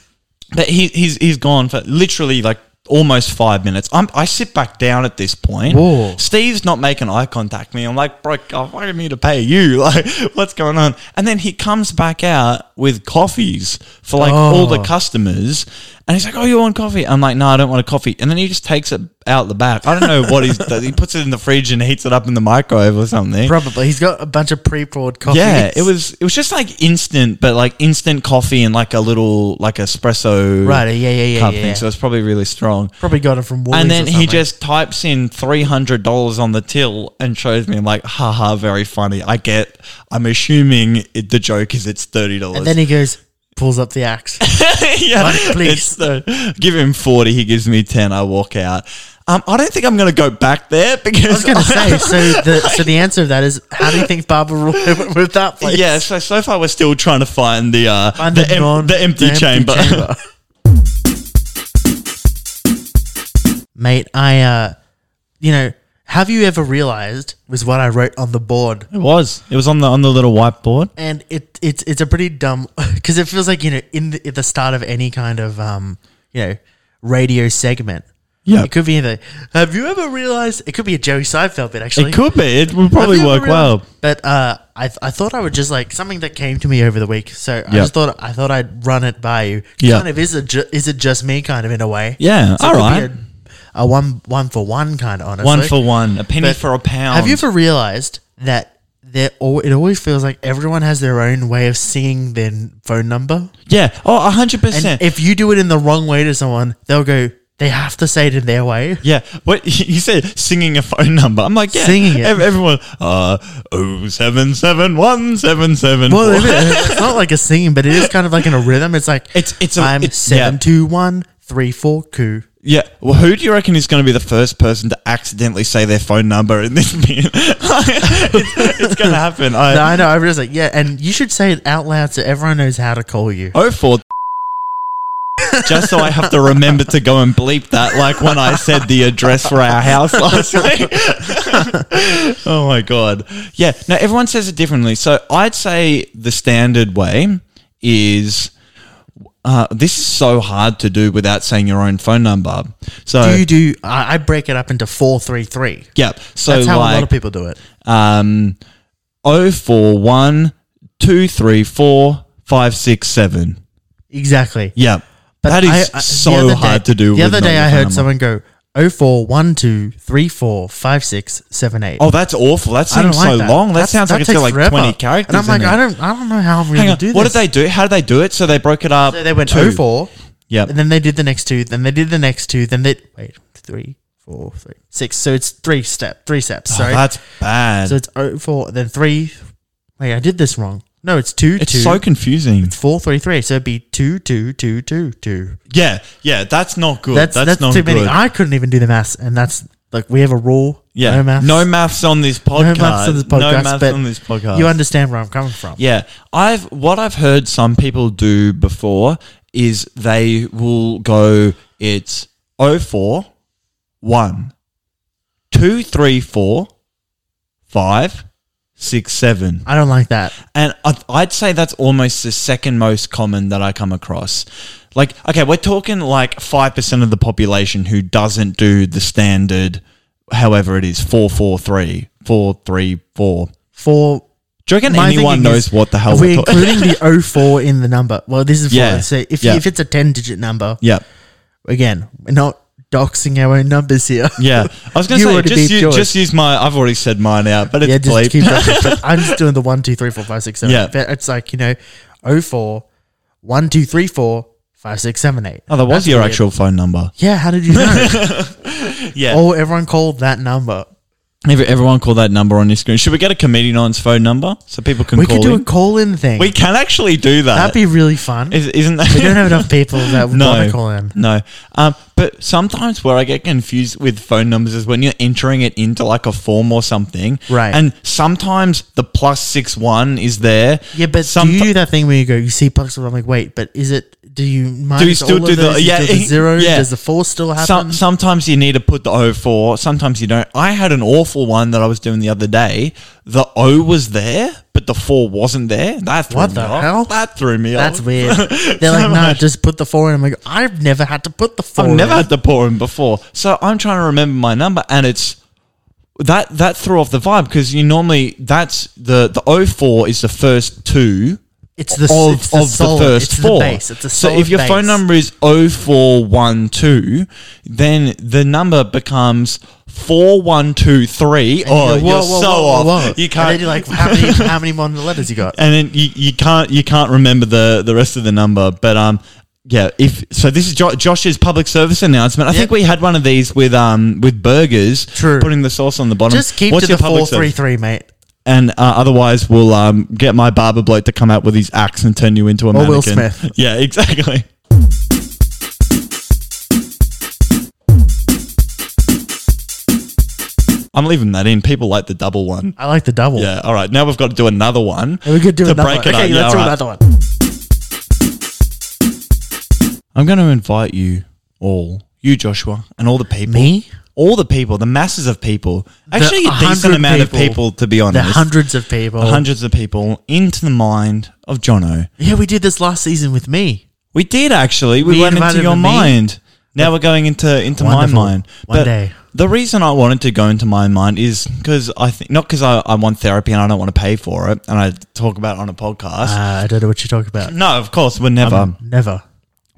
[SPEAKER 1] but he, he's he's gone for literally like almost five minutes. I'm, I sit back down at this point.
[SPEAKER 2] Whoa.
[SPEAKER 1] Steve's not making eye contact with me. I'm like, bro, I fucking need to pay you. Like, what's going on? And then he comes back out with coffees for like all the
[SPEAKER 2] Oh.
[SPEAKER 1] customers, and he's like, "Oh, you want coffee?" I'm like, "No, I don't want a coffee." And then he just takes it out the back. I don't know what he's. he puts it in the fridge and heats it up in the microwave or something.
[SPEAKER 2] Probably. He's got a bunch of pre-poured coffee.
[SPEAKER 1] Yeah, it was it was just like instant, but like instant coffee and like a little like espresso
[SPEAKER 2] Right, yeah, yeah, yeah,
[SPEAKER 1] cup
[SPEAKER 2] yeah,
[SPEAKER 1] thing.
[SPEAKER 2] yeah.
[SPEAKER 1] So it's probably really strong.
[SPEAKER 2] Probably got it from Woolies.
[SPEAKER 1] and
[SPEAKER 2] or
[SPEAKER 1] then he
[SPEAKER 2] something.
[SPEAKER 1] just types in three hundred dollars on the till and shows me. I'm like, haha, very funny. I get. I'm assuming it, the joke is it's thirty dollars.
[SPEAKER 2] And then he goes, pulls up the axe.
[SPEAKER 1] yeah,
[SPEAKER 2] Money, please.
[SPEAKER 1] it's the- give him forty. He gives me ten. I walk out. Um, I don't think I'm going to go back there because
[SPEAKER 2] I was going to say. So the so the answer to that is, how do you think Barbara Roy went with that place?
[SPEAKER 1] Yeah, so so far we're still trying to find the uh,
[SPEAKER 2] Find
[SPEAKER 1] the,
[SPEAKER 2] the
[SPEAKER 1] em-
[SPEAKER 2] non-
[SPEAKER 1] the empty
[SPEAKER 2] the empty
[SPEAKER 1] chamber.
[SPEAKER 2] chamber. mate. I uh, you know, have you ever realized was what I wrote on the board,
[SPEAKER 1] It was. It was on the on the little whiteboard.
[SPEAKER 2] and it it's it's a pretty dumb because it feels like you know in the, at the start of any kind of um you know radio segment.
[SPEAKER 1] Yeah.
[SPEAKER 2] it could be either. Have you ever realized? It could be a Joey Seinfeld bit actually.
[SPEAKER 1] It could be. It would probably
[SPEAKER 2] Have you
[SPEAKER 1] work
[SPEAKER 2] ever realized-
[SPEAKER 1] well.
[SPEAKER 2] But uh, I, I thought I would just like something that came to me over the week. So I
[SPEAKER 1] Yeah.
[SPEAKER 2] just thought I thought I'd run it by you.
[SPEAKER 1] Yeah.
[SPEAKER 2] Kind of is it ju- is it just me kind of in a way?
[SPEAKER 1] Yeah,
[SPEAKER 2] it could be
[SPEAKER 1] alright.
[SPEAKER 2] A, a one one for one kind of honestly.
[SPEAKER 1] One for one, a penny for a pound.
[SPEAKER 2] Have you ever realized that there? It always feels like everyone has their own way of seeing their n- phone number,
[SPEAKER 1] Yeah. Oh, hundred
[SPEAKER 2] and
[SPEAKER 1] percent.
[SPEAKER 2] if you do it in the wrong way to someone, they'll go. They have to say it in their way.
[SPEAKER 1] Yeah. What you said? Singing a phone number. I'm like, yeah.
[SPEAKER 2] Singing it.
[SPEAKER 1] Ev- Everyone. Uh, oh seven seven one seven seven.
[SPEAKER 2] Well, it
[SPEAKER 1] four.
[SPEAKER 2] is- it's not like a singing, but it is kind of like in a rhythm. It's like
[SPEAKER 1] It's- it's a-
[SPEAKER 2] I'm
[SPEAKER 1] it's-
[SPEAKER 2] seven
[SPEAKER 1] yeah.
[SPEAKER 2] two one three four coup.
[SPEAKER 1] Yeah. Well, who do you reckon is going to be the first person to accidentally say their phone number in this? meeting? it's it's going to happen. I,
[SPEAKER 2] No, I know. I was like, yeah, and you should say it out loud so everyone knows how to call you.
[SPEAKER 1] Oh four. Just so I have to remember to go and bleep that, like when I said the address for our house last week. oh my god! Yeah, no, everyone says it differently. So I'd say the standard way is uh, this is so hard to do without saying your own phone number. So
[SPEAKER 2] Do you do? I, I break it up into four three three.
[SPEAKER 1] yeah, so
[SPEAKER 2] That's how
[SPEAKER 1] like
[SPEAKER 2] a lot of people do it.
[SPEAKER 1] um, oh four one two three four five six seven.
[SPEAKER 2] Exactly.
[SPEAKER 1] Yeah.
[SPEAKER 2] But
[SPEAKER 1] that is
[SPEAKER 2] I- I- the
[SPEAKER 1] so
[SPEAKER 2] other
[SPEAKER 1] hard
[SPEAKER 2] day-
[SPEAKER 1] to do.
[SPEAKER 2] The other
[SPEAKER 1] with
[SPEAKER 2] day,
[SPEAKER 1] no
[SPEAKER 2] I
[SPEAKER 1] phone
[SPEAKER 2] heard
[SPEAKER 1] number.
[SPEAKER 2] someone go oh four one two three four five six seven eight.
[SPEAKER 1] Oh, that's awful. That
[SPEAKER 2] I don't
[SPEAKER 1] seems
[SPEAKER 2] like
[SPEAKER 1] so
[SPEAKER 2] that.
[SPEAKER 1] long. That
[SPEAKER 2] That's-
[SPEAKER 1] sounds like it's
[SPEAKER 2] takes
[SPEAKER 1] got like
[SPEAKER 2] forever.
[SPEAKER 1] twenty characters.
[SPEAKER 2] And I'm like, I don't, I don't know how I'm
[SPEAKER 1] Hang
[SPEAKER 2] going to
[SPEAKER 1] on.
[SPEAKER 2] do this.
[SPEAKER 1] what did they do? How did they do it? So they broke it up.
[SPEAKER 2] So they went
[SPEAKER 1] two.
[SPEAKER 2] oh four.
[SPEAKER 1] Yep.
[SPEAKER 2] And then they did the next two. Then they did the next two. Then they wait three, four, three, six. So it's three step, three steps.
[SPEAKER 1] Oh,
[SPEAKER 2] Sorry.
[SPEAKER 1] that's bad.
[SPEAKER 2] so it's oh four, then three. Wait, I did this wrong. No, it's two,
[SPEAKER 1] it's
[SPEAKER 2] two,
[SPEAKER 1] so confusing.
[SPEAKER 2] four, three, three. So it'd be two, two, two, two, two.
[SPEAKER 1] Yeah, yeah. That's not good.
[SPEAKER 2] That's that's,
[SPEAKER 1] not
[SPEAKER 2] too
[SPEAKER 1] good.
[SPEAKER 2] many. I couldn't even do the maths, and that's Like we have a rule.
[SPEAKER 1] Yeah.
[SPEAKER 2] No maths.
[SPEAKER 1] on this podcast.
[SPEAKER 2] No maths on this
[SPEAKER 1] No
[SPEAKER 2] podcast.
[SPEAKER 1] maths
[SPEAKER 2] but
[SPEAKER 1] on this podcast.
[SPEAKER 2] You understand where I'm coming from.
[SPEAKER 1] Yeah, I've what I've heard some people do before is they will go it's 04 1 2 3 4 5 6 7
[SPEAKER 2] I don't like that.
[SPEAKER 1] and I'd- I'd say that's almost the second most common that I come across. Like, okay, we're talking like 5% of the population who doesn't do the standard, however it is, 443, 434.
[SPEAKER 2] For
[SPEAKER 1] Do you reckon
[SPEAKER 2] my
[SPEAKER 1] anyone
[SPEAKER 2] thinking
[SPEAKER 1] knows
[SPEAKER 2] is,
[SPEAKER 1] what the hell
[SPEAKER 2] are
[SPEAKER 1] we're
[SPEAKER 2] we
[SPEAKER 1] talking
[SPEAKER 2] including the 04 in the number? Well, this is
[SPEAKER 1] Yeah.
[SPEAKER 2] yeah. So if,
[SPEAKER 1] Yeah.
[SPEAKER 2] if it's a 10 digit number,
[SPEAKER 1] Yeah.
[SPEAKER 2] again, we're not doxing our own numbers here.
[SPEAKER 1] Yeah. I was going to
[SPEAKER 2] You
[SPEAKER 1] say,
[SPEAKER 2] already
[SPEAKER 1] just,
[SPEAKER 2] beat
[SPEAKER 1] u-
[SPEAKER 2] yours.
[SPEAKER 1] just use my, I've already said mine out, but it's
[SPEAKER 2] yeah,
[SPEAKER 1] yeah,
[SPEAKER 2] just keep doxing. but I'm just doing the one, two, three, four, five, six, seven.
[SPEAKER 1] Yeah.
[SPEAKER 2] Yeah. It's like, you know, 04, 1, two, three, four, five, six, seven, eight.
[SPEAKER 1] Oh, that was
[SPEAKER 2] That's
[SPEAKER 1] your
[SPEAKER 2] weird.
[SPEAKER 1] actual phone number.
[SPEAKER 2] Yeah, how did you know?
[SPEAKER 1] Yeah.
[SPEAKER 2] oh, everyone called that number.
[SPEAKER 1] Every- Everyone call that number on your screen. Should we get a comedian on's phone number so people can
[SPEAKER 2] We
[SPEAKER 1] call
[SPEAKER 2] could do
[SPEAKER 1] in?
[SPEAKER 2] a call in thing.
[SPEAKER 1] we can actually do that.
[SPEAKER 2] That'd be really fun.
[SPEAKER 1] Is, isn't that?
[SPEAKER 2] we don't have enough people that would want
[SPEAKER 1] no,
[SPEAKER 2] to call in.
[SPEAKER 1] no. Um, but sometimes where I get confused with phone numbers is when you're entering it into like a form or something,
[SPEAKER 2] Right.
[SPEAKER 1] And sometimes the plus six one is there.
[SPEAKER 2] Yeah, but
[SPEAKER 1] Somet-
[SPEAKER 2] do you do that thing where you go, you see plus one, I'm like, wait, but is it, do you minus
[SPEAKER 1] still
[SPEAKER 2] all
[SPEAKER 1] do
[SPEAKER 2] of
[SPEAKER 1] the-
[SPEAKER 2] those? You
[SPEAKER 1] yeah,
[SPEAKER 2] do the zero?
[SPEAKER 1] yeah.
[SPEAKER 2] Does the four still
[SPEAKER 1] Some,
[SPEAKER 2] happen?
[SPEAKER 1] sometimes you need to put the O four. Sometimes you don't. I had an awful one that I was doing the other day. The O was there, but the four wasn't there. That threw
[SPEAKER 2] What
[SPEAKER 1] me
[SPEAKER 2] the
[SPEAKER 1] off.
[SPEAKER 2] hell?
[SPEAKER 1] That threw me
[SPEAKER 2] That's
[SPEAKER 1] off.
[SPEAKER 2] weird. They're like, no, just put the four in. I'm like, I've never had to put the 4
[SPEAKER 1] I've never
[SPEAKER 2] in.
[SPEAKER 1] had the pour in before, so I'm trying to remember my number, and it's that that threw off the vibe because you normally that's the the 04 is the first two
[SPEAKER 2] It's the,
[SPEAKER 1] of,
[SPEAKER 2] it's the,
[SPEAKER 1] of
[SPEAKER 2] solid,
[SPEAKER 1] the first
[SPEAKER 2] it's
[SPEAKER 1] four.
[SPEAKER 2] The base. It's a
[SPEAKER 1] so
[SPEAKER 2] solid
[SPEAKER 1] if your phone
[SPEAKER 2] base.
[SPEAKER 1] number is 0412, then the number becomes 4123.
[SPEAKER 2] And you
[SPEAKER 1] oh,
[SPEAKER 2] go, whoa,
[SPEAKER 1] you're
[SPEAKER 2] whoa,
[SPEAKER 1] so
[SPEAKER 2] whoa,
[SPEAKER 1] off.
[SPEAKER 2] whoa.
[SPEAKER 1] You
[SPEAKER 2] And
[SPEAKER 1] can't
[SPEAKER 2] then you're like, how many, how many more letters you got?
[SPEAKER 1] and then you, you can't you can't remember the the rest of the number but um yeah if so this is jo- josh's public service announcement i think
[SPEAKER 2] Yep.
[SPEAKER 1] we had one of these with um with burgers
[SPEAKER 2] True.
[SPEAKER 1] putting the sauce on the bottom
[SPEAKER 2] Just keep to the four, three, three, mate.
[SPEAKER 1] and uh, otherwise we'll um get my barber bloke to come out with his axe and turn you into a
[SPEAKER 2] Or
[SPEAKER 1] mannequin
[SPEAKER 2] Will Smith.
[SPEAKER 1] yeah exactly I'm leaving that in. People like the double one.
[SPEAKER 2] I like the double.
[SPEAKER 1] Yeah. All right. Now we've got to do another one.
[SPEAKER 2] And we could do
[SPEAKER 1] to
[SPEAKER 2] another
[SPEAKER 1] break it
[SPEAKER 2] one.
[SPEAKER 1] up.
[SPEAKER 2] okay,
[SPEAKER 1] Yeah,
[SPEAKER 2] let's do
[SPEAKER 1] all right.
[SPEAKER 2] another one.
[SPEAKER 1] I'm going to invite you all, you Joshua, and all the people.
[SPEAKER 2] Me?
[SPEAKER 1] All the people, the masses of people. Actually, a
[SPEAKER 2] 100
[SPEAKER 1] decent amount
[SPEAKER 2] people.
[SPEAKER 1] of people, to be
[SPEAKER 2] The
[SPEAKER 1] honest.
[SPEAKER 2] hundreds of people.
[SPEAKER 1] Hundreds of people into the mind of Jono.
[SPEAKER 2] Yeah, we did this last season with me.
[SPEAKER 1] We did actually. We,
[SPEAKER 2] We
[SPEAKER 1] went into
[SPEAKER 2] invited
[SPEAKER 1] your
[SPEAKER 2] him in.
[SPEAKER 1] mind. Now we're going into into
[SPEAKER 2] Wonderful.
[SPEAKER 1] my mind.
[SPEAKER 2] One day.
[SPEAKER 1] The reason I wanted to go into my mind is because I think not because I, I want therapy and I don't want to pay for it, and I talk about it on a podcast.
[SPEAKER 2] Uh, I don't know what you're talking about. Um,
[SPEAKER 1] no, of course we're never
[SPEAKER 2] Never.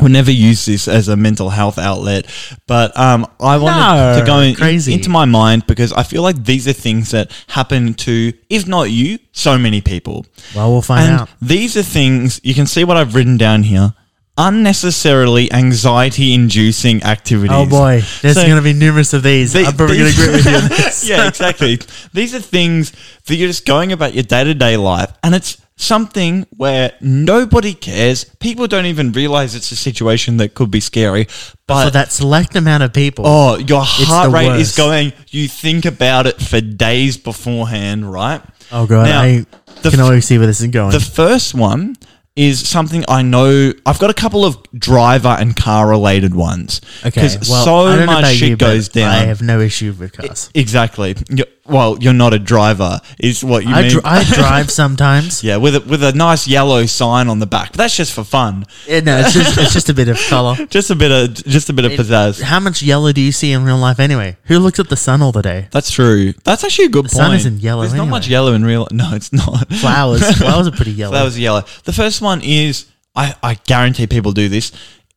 [SPEAKER 1] we never use this as a mental health outlet, but um, I wanted
[SPEAKER 2] No,
[SPEAKER 1] to go in-
[SPEAKER 2] crazy.
[SPEAKER 1] into my mind because I feel like these are things that happen to, if not you, so many people.
[SPEAKER 2] Well, we'll find
[SPEAKER 1] and
[SPEAKER 2] out.
[SPEAKER 1] these are things you can see what I've written down here: unnecessarily anxiety-inducing activities.
[SPEAKER 2] Oh boy, there's
[SPEAKER 1] So-
[SPEAKER 2] going to be numerous of these.
[SPEAKER 1] The-
[SPEAKER 2] I'm probably going
[SPEAKER 1] these-
[SPEAKER 2] to agree with you. On this.
[SPEAKER 1] yeah, exactly. These are things that you're just going about your day to day life, and it's something where nobody cares. People don't even realize it's a situation that could be scary.
[SPEAKER 2] For
[SPEAKER 1] But
[SPEAKER 2] that select amount of people,
[SPEAKER 1] oh, your heart
[SPEAKER 2] the
[SPEAKER 1] rate is
[SPEAKER 2] worst.
[SPEAKER 1] going. You think about it for days beforehand, right?
[SPEAKER 2] Oh, god,
[SPEAKER 1] Now,
[SPEAKER 2] I
[SPEAKER 1] the
[SPEAKER 2] can
[SPEAKER 1] f-
[SPEAKER 2] already see where this is going.
[SPEAKER 1] The first one is something I know. I've got a couple of driver and car related ones.
[SPEAKER 2] I
[SPEAKER 1] so
[SPEAKER 2] don't know
[SPEAKER 1] much
[SPEAKER 2] about
[SPEAKER 1] shit
[SPEAKER 2] you, but
[SPEAKER 1] goes down.
[SPEAKER 2] I have no issue with cars.
[SPEAKER 1] Exactly. you well, you're not a driver, is what you
[SPEAKER 2] I,
[SPEAKER 1] mean.
[SPEAKER 2] dr- I drive sometimes.
[SPEAKER 1] yeah, with a, with a nice yellow sign on the back. But that's just for fun.
[SPEAKER 2] Yeah, no, it's just it's just a bit of color.
[SPEAKER 1] Just a bit of just a bit of pizzazz.
[SPEAKER 2] How much yellow do you see in real life anyway? Who looks at the sun all the day?
[SPEAKER 1] That's true. That's actually a good point.
[SPEAKER 2] sun isn't yellow
[SPEAKER 1] There's not
[SPEAKER 2] anyway.
[SPEAKER 1] much yellow in real. No, it's not.
[SPEAKER 2] Flowers, flowers are pretty yellow.
[SPEAKER 1] Flowers are yellow. The first one is I, I guarantee people do this.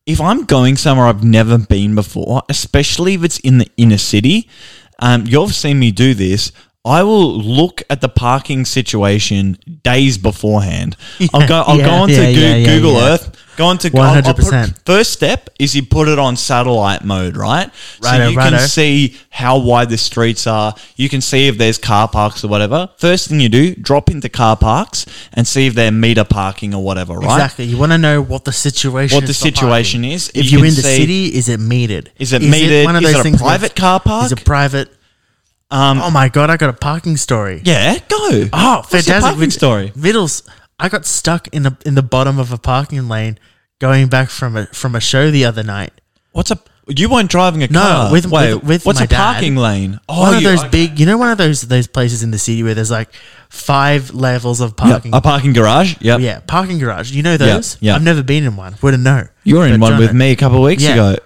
[SPEAKER 1] If I'm going somewhere I've never been before, especially if it's in the inner city, um, you've seen me do this. I will look at the parking situation days beforehand. I'll go. I'll
[SPEAKER 2] yeah,
[SPEAKER 1] go onto
[SPEAKER 2] yeah,
[SPEAKER 1] Goo-
[SPEAKER 2] yeah, yeah,
[SPEAKER 1] Google
[SPEAKER 2] yeah.
[SPEAKER 1] Earth. Go on to I'll- I'll
[SPEAKER 2] 100%.
[SPEAKER 1] put- First step is you put it on satellite mode, right?
[SPEAKER 2] Righto,
[SPEAKER 1] so you
[SPEAKER 2] righto.
[SPEAKER 1] can see how wide the streets are. You can see if there's car parks or whatever. First thing you do, drop into car parks and see if they're meter parking or whatever, right?
[SPEAKER 2] Exactly. You want to know what the situation.
[SPEAKER 1] What the
[SPEAKER 2] is for
[SPEAKER 1] situation
[SPEAKER 2] parking.
[SPEAKER 1] is.
[SPEAKER 2] If
[SPEAKER 1] You
[SPEAKER 2] you're in
[SPEAKER 1] can
[SPEAKER 2] the
[SPEAKER 1] see-
[SPEAKER 2] city, is it metered?
[SPEAKER 1] Is it metered? Is it a
[SPEAKER 2] where-
[SPEAKER 1] private car park?
[SPEAKER 2] Is it private? Um, oh my god! I got a parking story.
[SPEAKER 1] Yeah, go.
[SPEAKER 2] Oh,
[SPEAKER 1] What's your
[SPEAKER 2] fantastic
[SPEAKER 1] parking story.
[SPEAKER 2] Middles. I got stuck in the in the bottom of a parking lane going back from a from a show the other night.
[SPEAKER 1] What's a you weren't driving a
[SPEAKER 2] No,
[SPEAKER 1] car?
[SPEAKER 2] with-
[SPEAKER 1] Wait,
[SPEAKER 2] with- with
[SPEAKER 1] what's
[SPEAKER 2] my
[SPEAKER 1] a
[SPEAKER 2] dad.
[SPEAKER 1] parking lane? Oh,
[SPEAKER 2] One of
[SPEAKER 1] you-
[SPEAKER 2] those big, you know, one of those those places in the city where there's like five levels of
[SPEAKER 1] Yeah,
[SPEAKER 2] parking.
[SPEAKER 1] a parking garage. Yep.
[SPEAKER 2] Oh, yeah, parking garage. You know those?
[SPEAKER 1] yeah.
[SPEAKER 2] I've never been in one. Wouldn't know.
[SPEAKER 1] You were in one
[SPEAKER 2] But Jono
[SPEAKER 1] with me a couple of weeks
[SPEAKER 2] Yeah.
[SPEAKER 1] ago.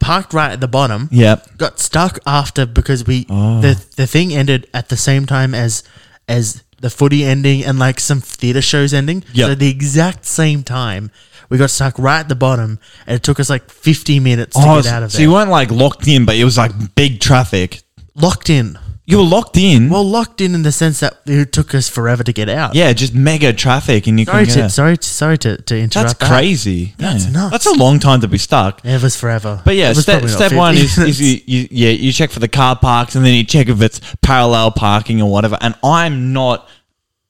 [SPEAKER 2] Parked right at the bottom.
[SPEAKER 1] Yep.
[SPEAKER 2] got stuck after because we
[SPEAKER 1] Oh.
[SPEAKER 2] the the thing ended at the same time as as the footy ending and like some theater shows ending.
[SPEAKER 1] Yep.
[SPEAKER 2] So at the exact same time, we got stuck right at the bottom, and it took us like fifty minutes to
[SPEAKER 1] Oh,
[SPEAKER 2] get out of
[SPEAKER 1] so
[SPEAKER 2] there.
[SPEAKER 1] you weren't like locked in, but it was like big traffic.
[SPEAKER 2] locked in.
[SPEAKER 1] You were locked in.
[SPEAKER 2] Well, locked in in the sense that it took us forever to get out.
[SPEAKER 1] yeah, just mega traffic, and you
[SPEAKER 2] Sorry
[SPEAKER 1] couldn't get
[SPEAKER 2] to,
[SPEAKER 1] out.
[SPEAKER 2] sorry to, sorry to, to
[SPEAKER 1] That's
[SPEAKER 2] interrupt. that.
[SPEAKER 1] crazy.
[SPEAKER 2] That's
[SPEAKER 1] yeah.
[SPEAKER 2] nuts.
[SPEAKER 1] That's a long time to be stuck.
[SPEAKER 2] It was forever.
[SPEAKER 1] But yeah,
[SPEAKER 2] It was
[SPEAKER 1] step,
[SPEAKER 2] probably not
[SPEAKER 1] step
[SPEAKER 2] 50
[SPEAKER 1] one is, is
[SPEAKER 2] minutes.
[SPEAKER 1] you, you yeah you check for the car parks and then you check if it's parallel parking or whatever. And I'm not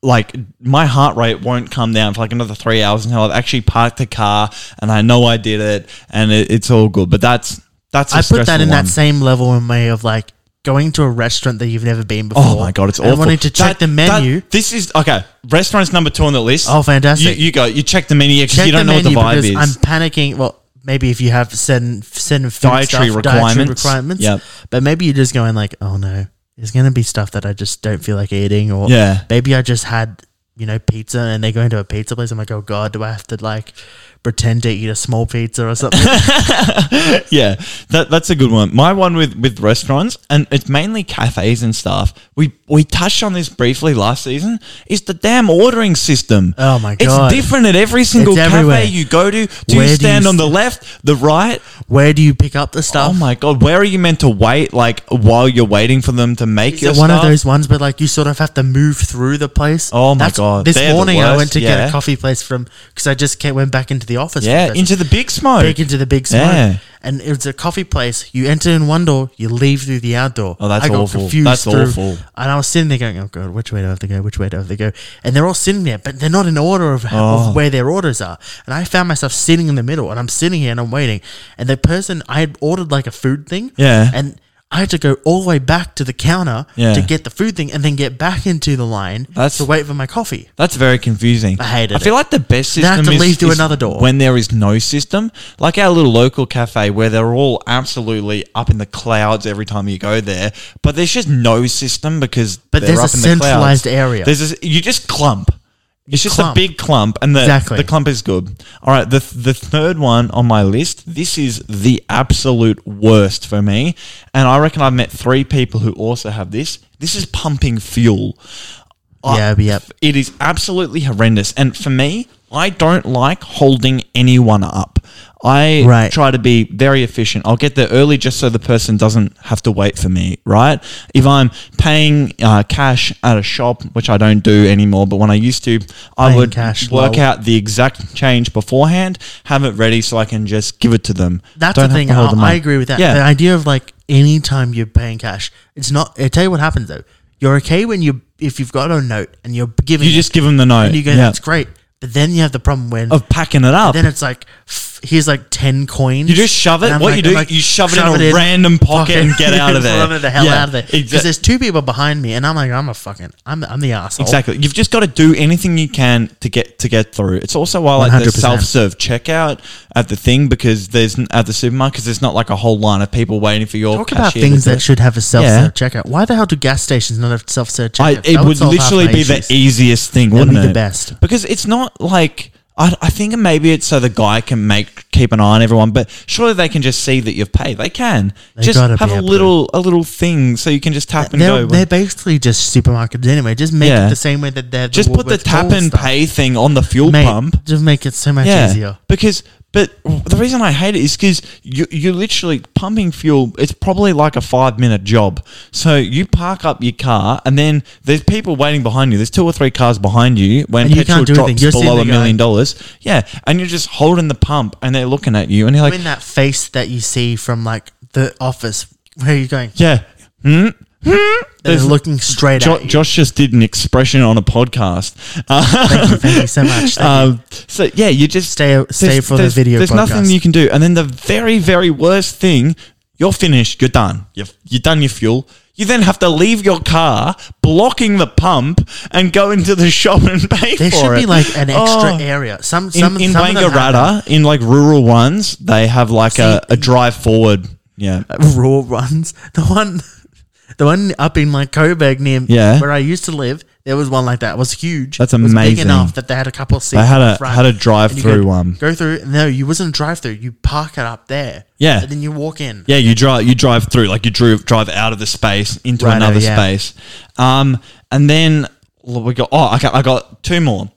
[SPEAKER 1] like my heart rate won't come down for like another three hours until I've actually parked the car and I know I did it and it, it's all good. But that's that's a
[SPEAKER 2] I put that
[SPEAKER 1] stressful one.
[SPEAKER 2] in that same level in way of like going to a restaurant that you've never been before.
[SPEAKER 1] Oh my god, it's
[SPEAKER 2] and
[SPEAKER 1] awful.
[SPEAKER 2] wanting to
[SPEAKER 1] That-
[SPEAKER 2] check the menu.
[SPEAKER 1] that- this is okay. Restaurants number two on the list.
[SPEAKER 2] Oh, fantastic.
[SPEAKER 1] You, you go. You check the menu because
[SPEAKER 2] check
[SPEAKER 1] you don't know what the vibe
[SPEAKER 2] because
[SPEAKER 1] is.
[SPEAKER 2] I'm panicking. Well, maybe if you have certain certain food
[SPEAKER 1] Dietary
[SPEAKER 2] stuff, dietary
[SPEAKER 1] requirements.
[SPEAKER 2] requirements.
[SPEAKER 1] Yep.
[SPEAKER 2] But maybe you're just going like, oh no, there's going to be stuff that I just don't feel like eating, or
[SPEAKER 1] Yeah.
[SPEAKER 2] maybe I just had you know pizza and they're going to a pizza place. I'm like, oh god, do I have to like pretend to eat a small pizza or something?
[SPEAKER 1] yeah, that that's a good one. My one with with restaurants and it's mainly cafes and stuff. We we touched on this briefly last season. Is the damn ordering system?
[SPEAKER 2] Oh my God.
[SPEAKER 1] it's different at every single
[SPEAKER 2] It's everywhere.
[SPEAKER 1] cafe you go to. Do
[SPEAKER 2] Where do
[SPEAKER 1] you
[SPEAKER 2] you
[SPEAKER 1] stand on
[SPEAKER 2] s-
[SPEAKER 1] the left, the right?
[SPEAKER 2] Where do you pick up the stuff?
[SPEAKER 1] Oh my god, where are you meant to wait? Like while you're waiting for them to make
[SPEAKER 2] Is
[SPEAKER 1] your
[SPEAKER 2] it one
[SPEAKER 1] stuff?
[SPEAKER 2] of those ones where like you sort of have to move through the place?
[SPEAKER 1] Oh my God,
[SPEAKER 2] This
[SPEAKER 1] they're the
[SPEAKER 2] morning I
[SPEAKER 1] worst,
[SPEAKER 2] went to get
[SPEAKER 1] yeah.
[SPEAKER 2] a coffee place from because I just came, went back into the office.
[SPEAKER 1] Yeah,
[SPEAKER 2] because
[SPEAKER 1] into the big smoke.
[SPEAKER 2] big into the big smoke,
[SPEAKER 1] Yeah.
[SPEAKER 2] and it's a coffee place. You enter in one door, you leave through the outdoor.
[SPEAKER 1] Oh, that's
[SPEAKER 2] I got
[SPEAKER 1] awful.
[SPEAKER 2] Confused
[SPEAKER 1] That's
[SPEAKER 2] through,
[SPEAKER 1] awful.
[SPEAKER 2] And I was sitting there going, "Oh god, which way do I have to go? Which way do I have to go?" And they're all sitting there, but they're not in order of,
[SPEAKER 1] Oh.
[SPEAKER 2] of where their orders are. And I found myself sitting in the middle, and I'm sitting here and I'm waiting. And the person I had ordered like a food thing,
[SPEAKER 1] Yeah.
[SPEAKER 2] and. I had to go all the way back to the counter
[SPEAKER 1] Yeah.
[SPEAKER 2] to get the food thing and then get back into the line
[SPEAKER 1] That's-
[SPEAKER 2] to wait for my coffee.
[SPEAKER 1] That's very confusing.
[SPEAKER 2] I hated
[SPEAKER 1] I feel
[SPEAKER 2] it.
[SPEAKER 1] like the best
[SPEAKER 2] They have
[SPEAKER 1] system
[SPEAKER 2] to
[SPEAKER 1] is,
[SPEAKER 2] leave through
[SPEAKER 1] is
[SPEAKER 2] another door.
[SPEAKER 1] when there is no system, like our little local cafe where they're all absolutely up in the clouds every time you go there. But there's just no system because
[SPEAKER 2] But
[SPEAKER 1] they're
[SPEAKER 2] there's a
[SPEAKER 1] up in the
[SPEAKER 2] centralized
[SPEAKER 1] clouds.
[SPEAKER 2] area.
[SPEAKER 1] There's this, you just clump. It's just
[SPEAKER 2] clump.
[SPEAKER 1] a big clump, and the
[SPEAKER 2] Exactly.
[SPEAKER 1] the clump is good. All right, the the third one on my list. This is the absolute worst for me, and I reckon I've met three people who also have this. This is pumping fuel. I-
[SPEAKER 2] yeah, yeah.
[SPEAKER 1] it is absolutely horrendous. And for me, I don't like holding anyone up. I
[SPEAKER 2] Right.
[SPEAKER 1] try to be very efficient. I'll get there early just so the person doesn't have to wait for me, right? If I'm paying uh, cash at a shop, which I don't do anymore, but when I used to, I
[SPEAKER 2] Paying
[SPEAKER 1] would
[SPEAKER 2] cash,
[SPEAKER 1] work
[SPEAKER 2] lol.
[SPEAKER 1] out the exact change beforehand, have it ready so I can just give it to them.
[SPEAKER 2] That's
[SPEAKER 1] Don't
[SPEAKER 2] the
[SPEAKER 1] have
[SPEAKER 2] thing.
[SPEAKER 1] to hold
[SPEAKER 2] I,
[SPEAKER 1] them
[SPEAKER 2] I
[SPEAKER 1] up.
[SPEAKER 2] agree with that.
[SPEAKER 1] Yeah.
[SPEAKER 2] The idea of like any time you're paying cash, it's not. I tell you what happens though. You're okay when you if you've got a note and you're giving.
[SPEAKER 1] you
[SPEAKER 2] it,
[SPEAKER 1] just give them the note.
[SPEAKER 2] and you go,
[SPEAKER 1] yeah.
[SPEAKER 2] that's great. But then you have the problem when
[SPEAKER 1] Of packing it up.
[SPEAKER 2] then it's like f- here's like ten coins.
[SPEAKER 1] You just shove it?
[SPEAKER 2] And I'm
[SPEAKER 1] What you
[SPEAKER 2] I'm
[SPEAKER 1] do, you shove it in a random pocket and get out of there.
[SPEAKER 2] Run it the hell
[SPEAKER 1] Yeah,
[SPEAKER 2] out of there. Because
[SPEAKER 1] exact-
[SPEAKER 2] there's two people behind me, and I'm like, I'm a fucking, I'm, I'm the asshole.
[SPEAKER 1] Exactly. You've just got to do anything you can to get to get through. It's also why I like the
[SPEAKER 2] 100%.
[SPEAKER 1] self serve checkout at the thing because there's n- at the supermarket 'cause there's not like a whole line of people waiting for your
[SPEAKER 2] Talk about
[SPEAKER 1] cashier to
[SPEAKER 2] things
[SPEAKER 1] do
[SPEAKER 2] that
[SPEAKER 1] it.
[SPEAKER 2] should have a self-serve checkout. Why the hell do gas stations not have self-serve checkout?
[SPEAKER 1] I, it
[SPEAKER 2] That
[SPEAKER 1] would
[SPEAKER 2] solve half
[SPEAKER 1] literally
[SPEAKER 2] my
[SPEAKER 1] be
[SPEAKER 2] issues.
[SPEAKER 1] the easiest thing,
[SPEAKER 2] That'd
[SPEAKER 1] wouldn't
[SPEAKER 2] be the
[SPEAKER 1] it?
[SPEAKER 2] best.
[SPEAKER 1] because it's not like. I, I think maybe it's so the guy can make keep an eye on everyone, but surely they can just see that you've paid. They can
[SPEAKER 2] They
[SPEAKER 1] just
[SPEAKER 2] gotta
[SPEAKER 1] have
[SPEAKER 2] be
[SPEAKER 1] a
[SPEAKER 2] able to.
[SPEAKER 1] little a little thing so you can just tap and
[SPEAKER 2] they're,
[SPEAKER 1] go.
[SPEAKER 2] they're basically just supermarkets anyway. Just make
[SPEAKER 1] Yeah.
[SPEAKER 2] it the same way that they're
[SPEAKER 1] just put the
[SPEAKER 2] Woolworths
[SPEAKER 1] tap
[SPEAKER 2] Coles
[SPEAKER 1] and
[SPEAKER 2] stuff.
[SPEAKER 1] pay thing on the fuel
[SPEAKER 2] Mate,
[SPEAKER 1] pump.
[SPEAKER 2] Just make it so much
[SPEAKER 1] yeah,
[SPEAKER 2] easier.
[SPEAKER 1] because But the reason I hate it is because you, you're literally pumping fuel. It's probably like a five minute job. So you park up your car, and then there's people waiting behind you. There's two or three cars behind you when
[SPEAKER 2] And you
[SPEAKER 1] petrol
[SPEAKER 2] can't do anything.
[SPEAKER 1] drops
[SPEAKER 2] You're
[SPEAKER 1] below a
[SPEAKER 2] sitting there
[SPEAKER 1] million
[SPEAKER 2] going-
[SPEAKER 1] dollars. Yeah, and you're just holding the pump, and they're looking at you, and you're like,
[SPEAKER 2] Doing that face that you see from like the office where you're going,
[SPEAKER 1] yeah. Hmm? Hmm?
[SPEAKER 2] they're
[SPEAKER 1] There's-
[SPEAKER 2] looking straight
[SPEAKER 1] Jo-
[SPEAKER 2] at you.
[SPEAKER 1] Josh just did an expression on a podcast. Uh,
[SPEAKER 2] Thank you, thank you so much. Thank you.
[SPEAKER 1] Um, so yeah, you just
[SPEAKER 2] Stay- stay
[SPEAKER 1] there's-
[SPEAKER 2] for the
[SPEAKER 1] there's-
[SPEAKER 2] video
[SPEAKER 1] There's nothing
[SPEAKER 2] podcast.
[SPEAKER 1] you can do, and then the very, very worst thing, you're finished, you're done, you've you're done your fuel. You then have to leave your car, blocking the pump, and go into the shop and pay
[SPEAKER 2] There
[SPEAKER 1] for
[SPEAKER 2] should
[SPEAKER 1] it.
[SPEAKER 2] be like an extra
[SPEAKER 1] Oh.
[SPEAKER 2] area. Some some
[SPEAKER 1] in, in
[SPEAKER 2] some of them have them.
[SPEAKER 1] Wangaratta, in like rural ones, they have like a, a drive forward. Yeah,
[SPEAKER 2] raw runs. The one, the one up in like Coburg near
[SPEAKER 1] Yeah.
[SPEAKER 2] where I used to live. There was one like that. It was huge.
[SPEAKER 1] That's
[SPEAKER 2] It was big
[SPEAKER 1] amazing.
[SPEAKER 2] enough that they had a couple of seats.
[SPEAKER 1] They had
[SPEAKER 2] in
[SPEAKER 1] a-
[SPEAKER 2] the front,
[SPEAKER 1] had a
[SPEAKER 2] and you
[SPEAKER 1] drive-through
[SPEAKER 2] could
[SPEAKER 1] one.
[SPEAKER 2] Go through. No, you wasn't drive through. You park it up there.
[SPEAKER 1] Yeah.
[SPEAKER 2] and then you walk in.
[SPEAKER 1] Yeah, you drive you drive through like you drove drive out of the space into
[SPEAKER 2] Righto,
[SPEAKER 1] another
[SPEAKER 2] yeah.
[SPEAKER 1] space, um, and then l- we got oh okay, I got two more.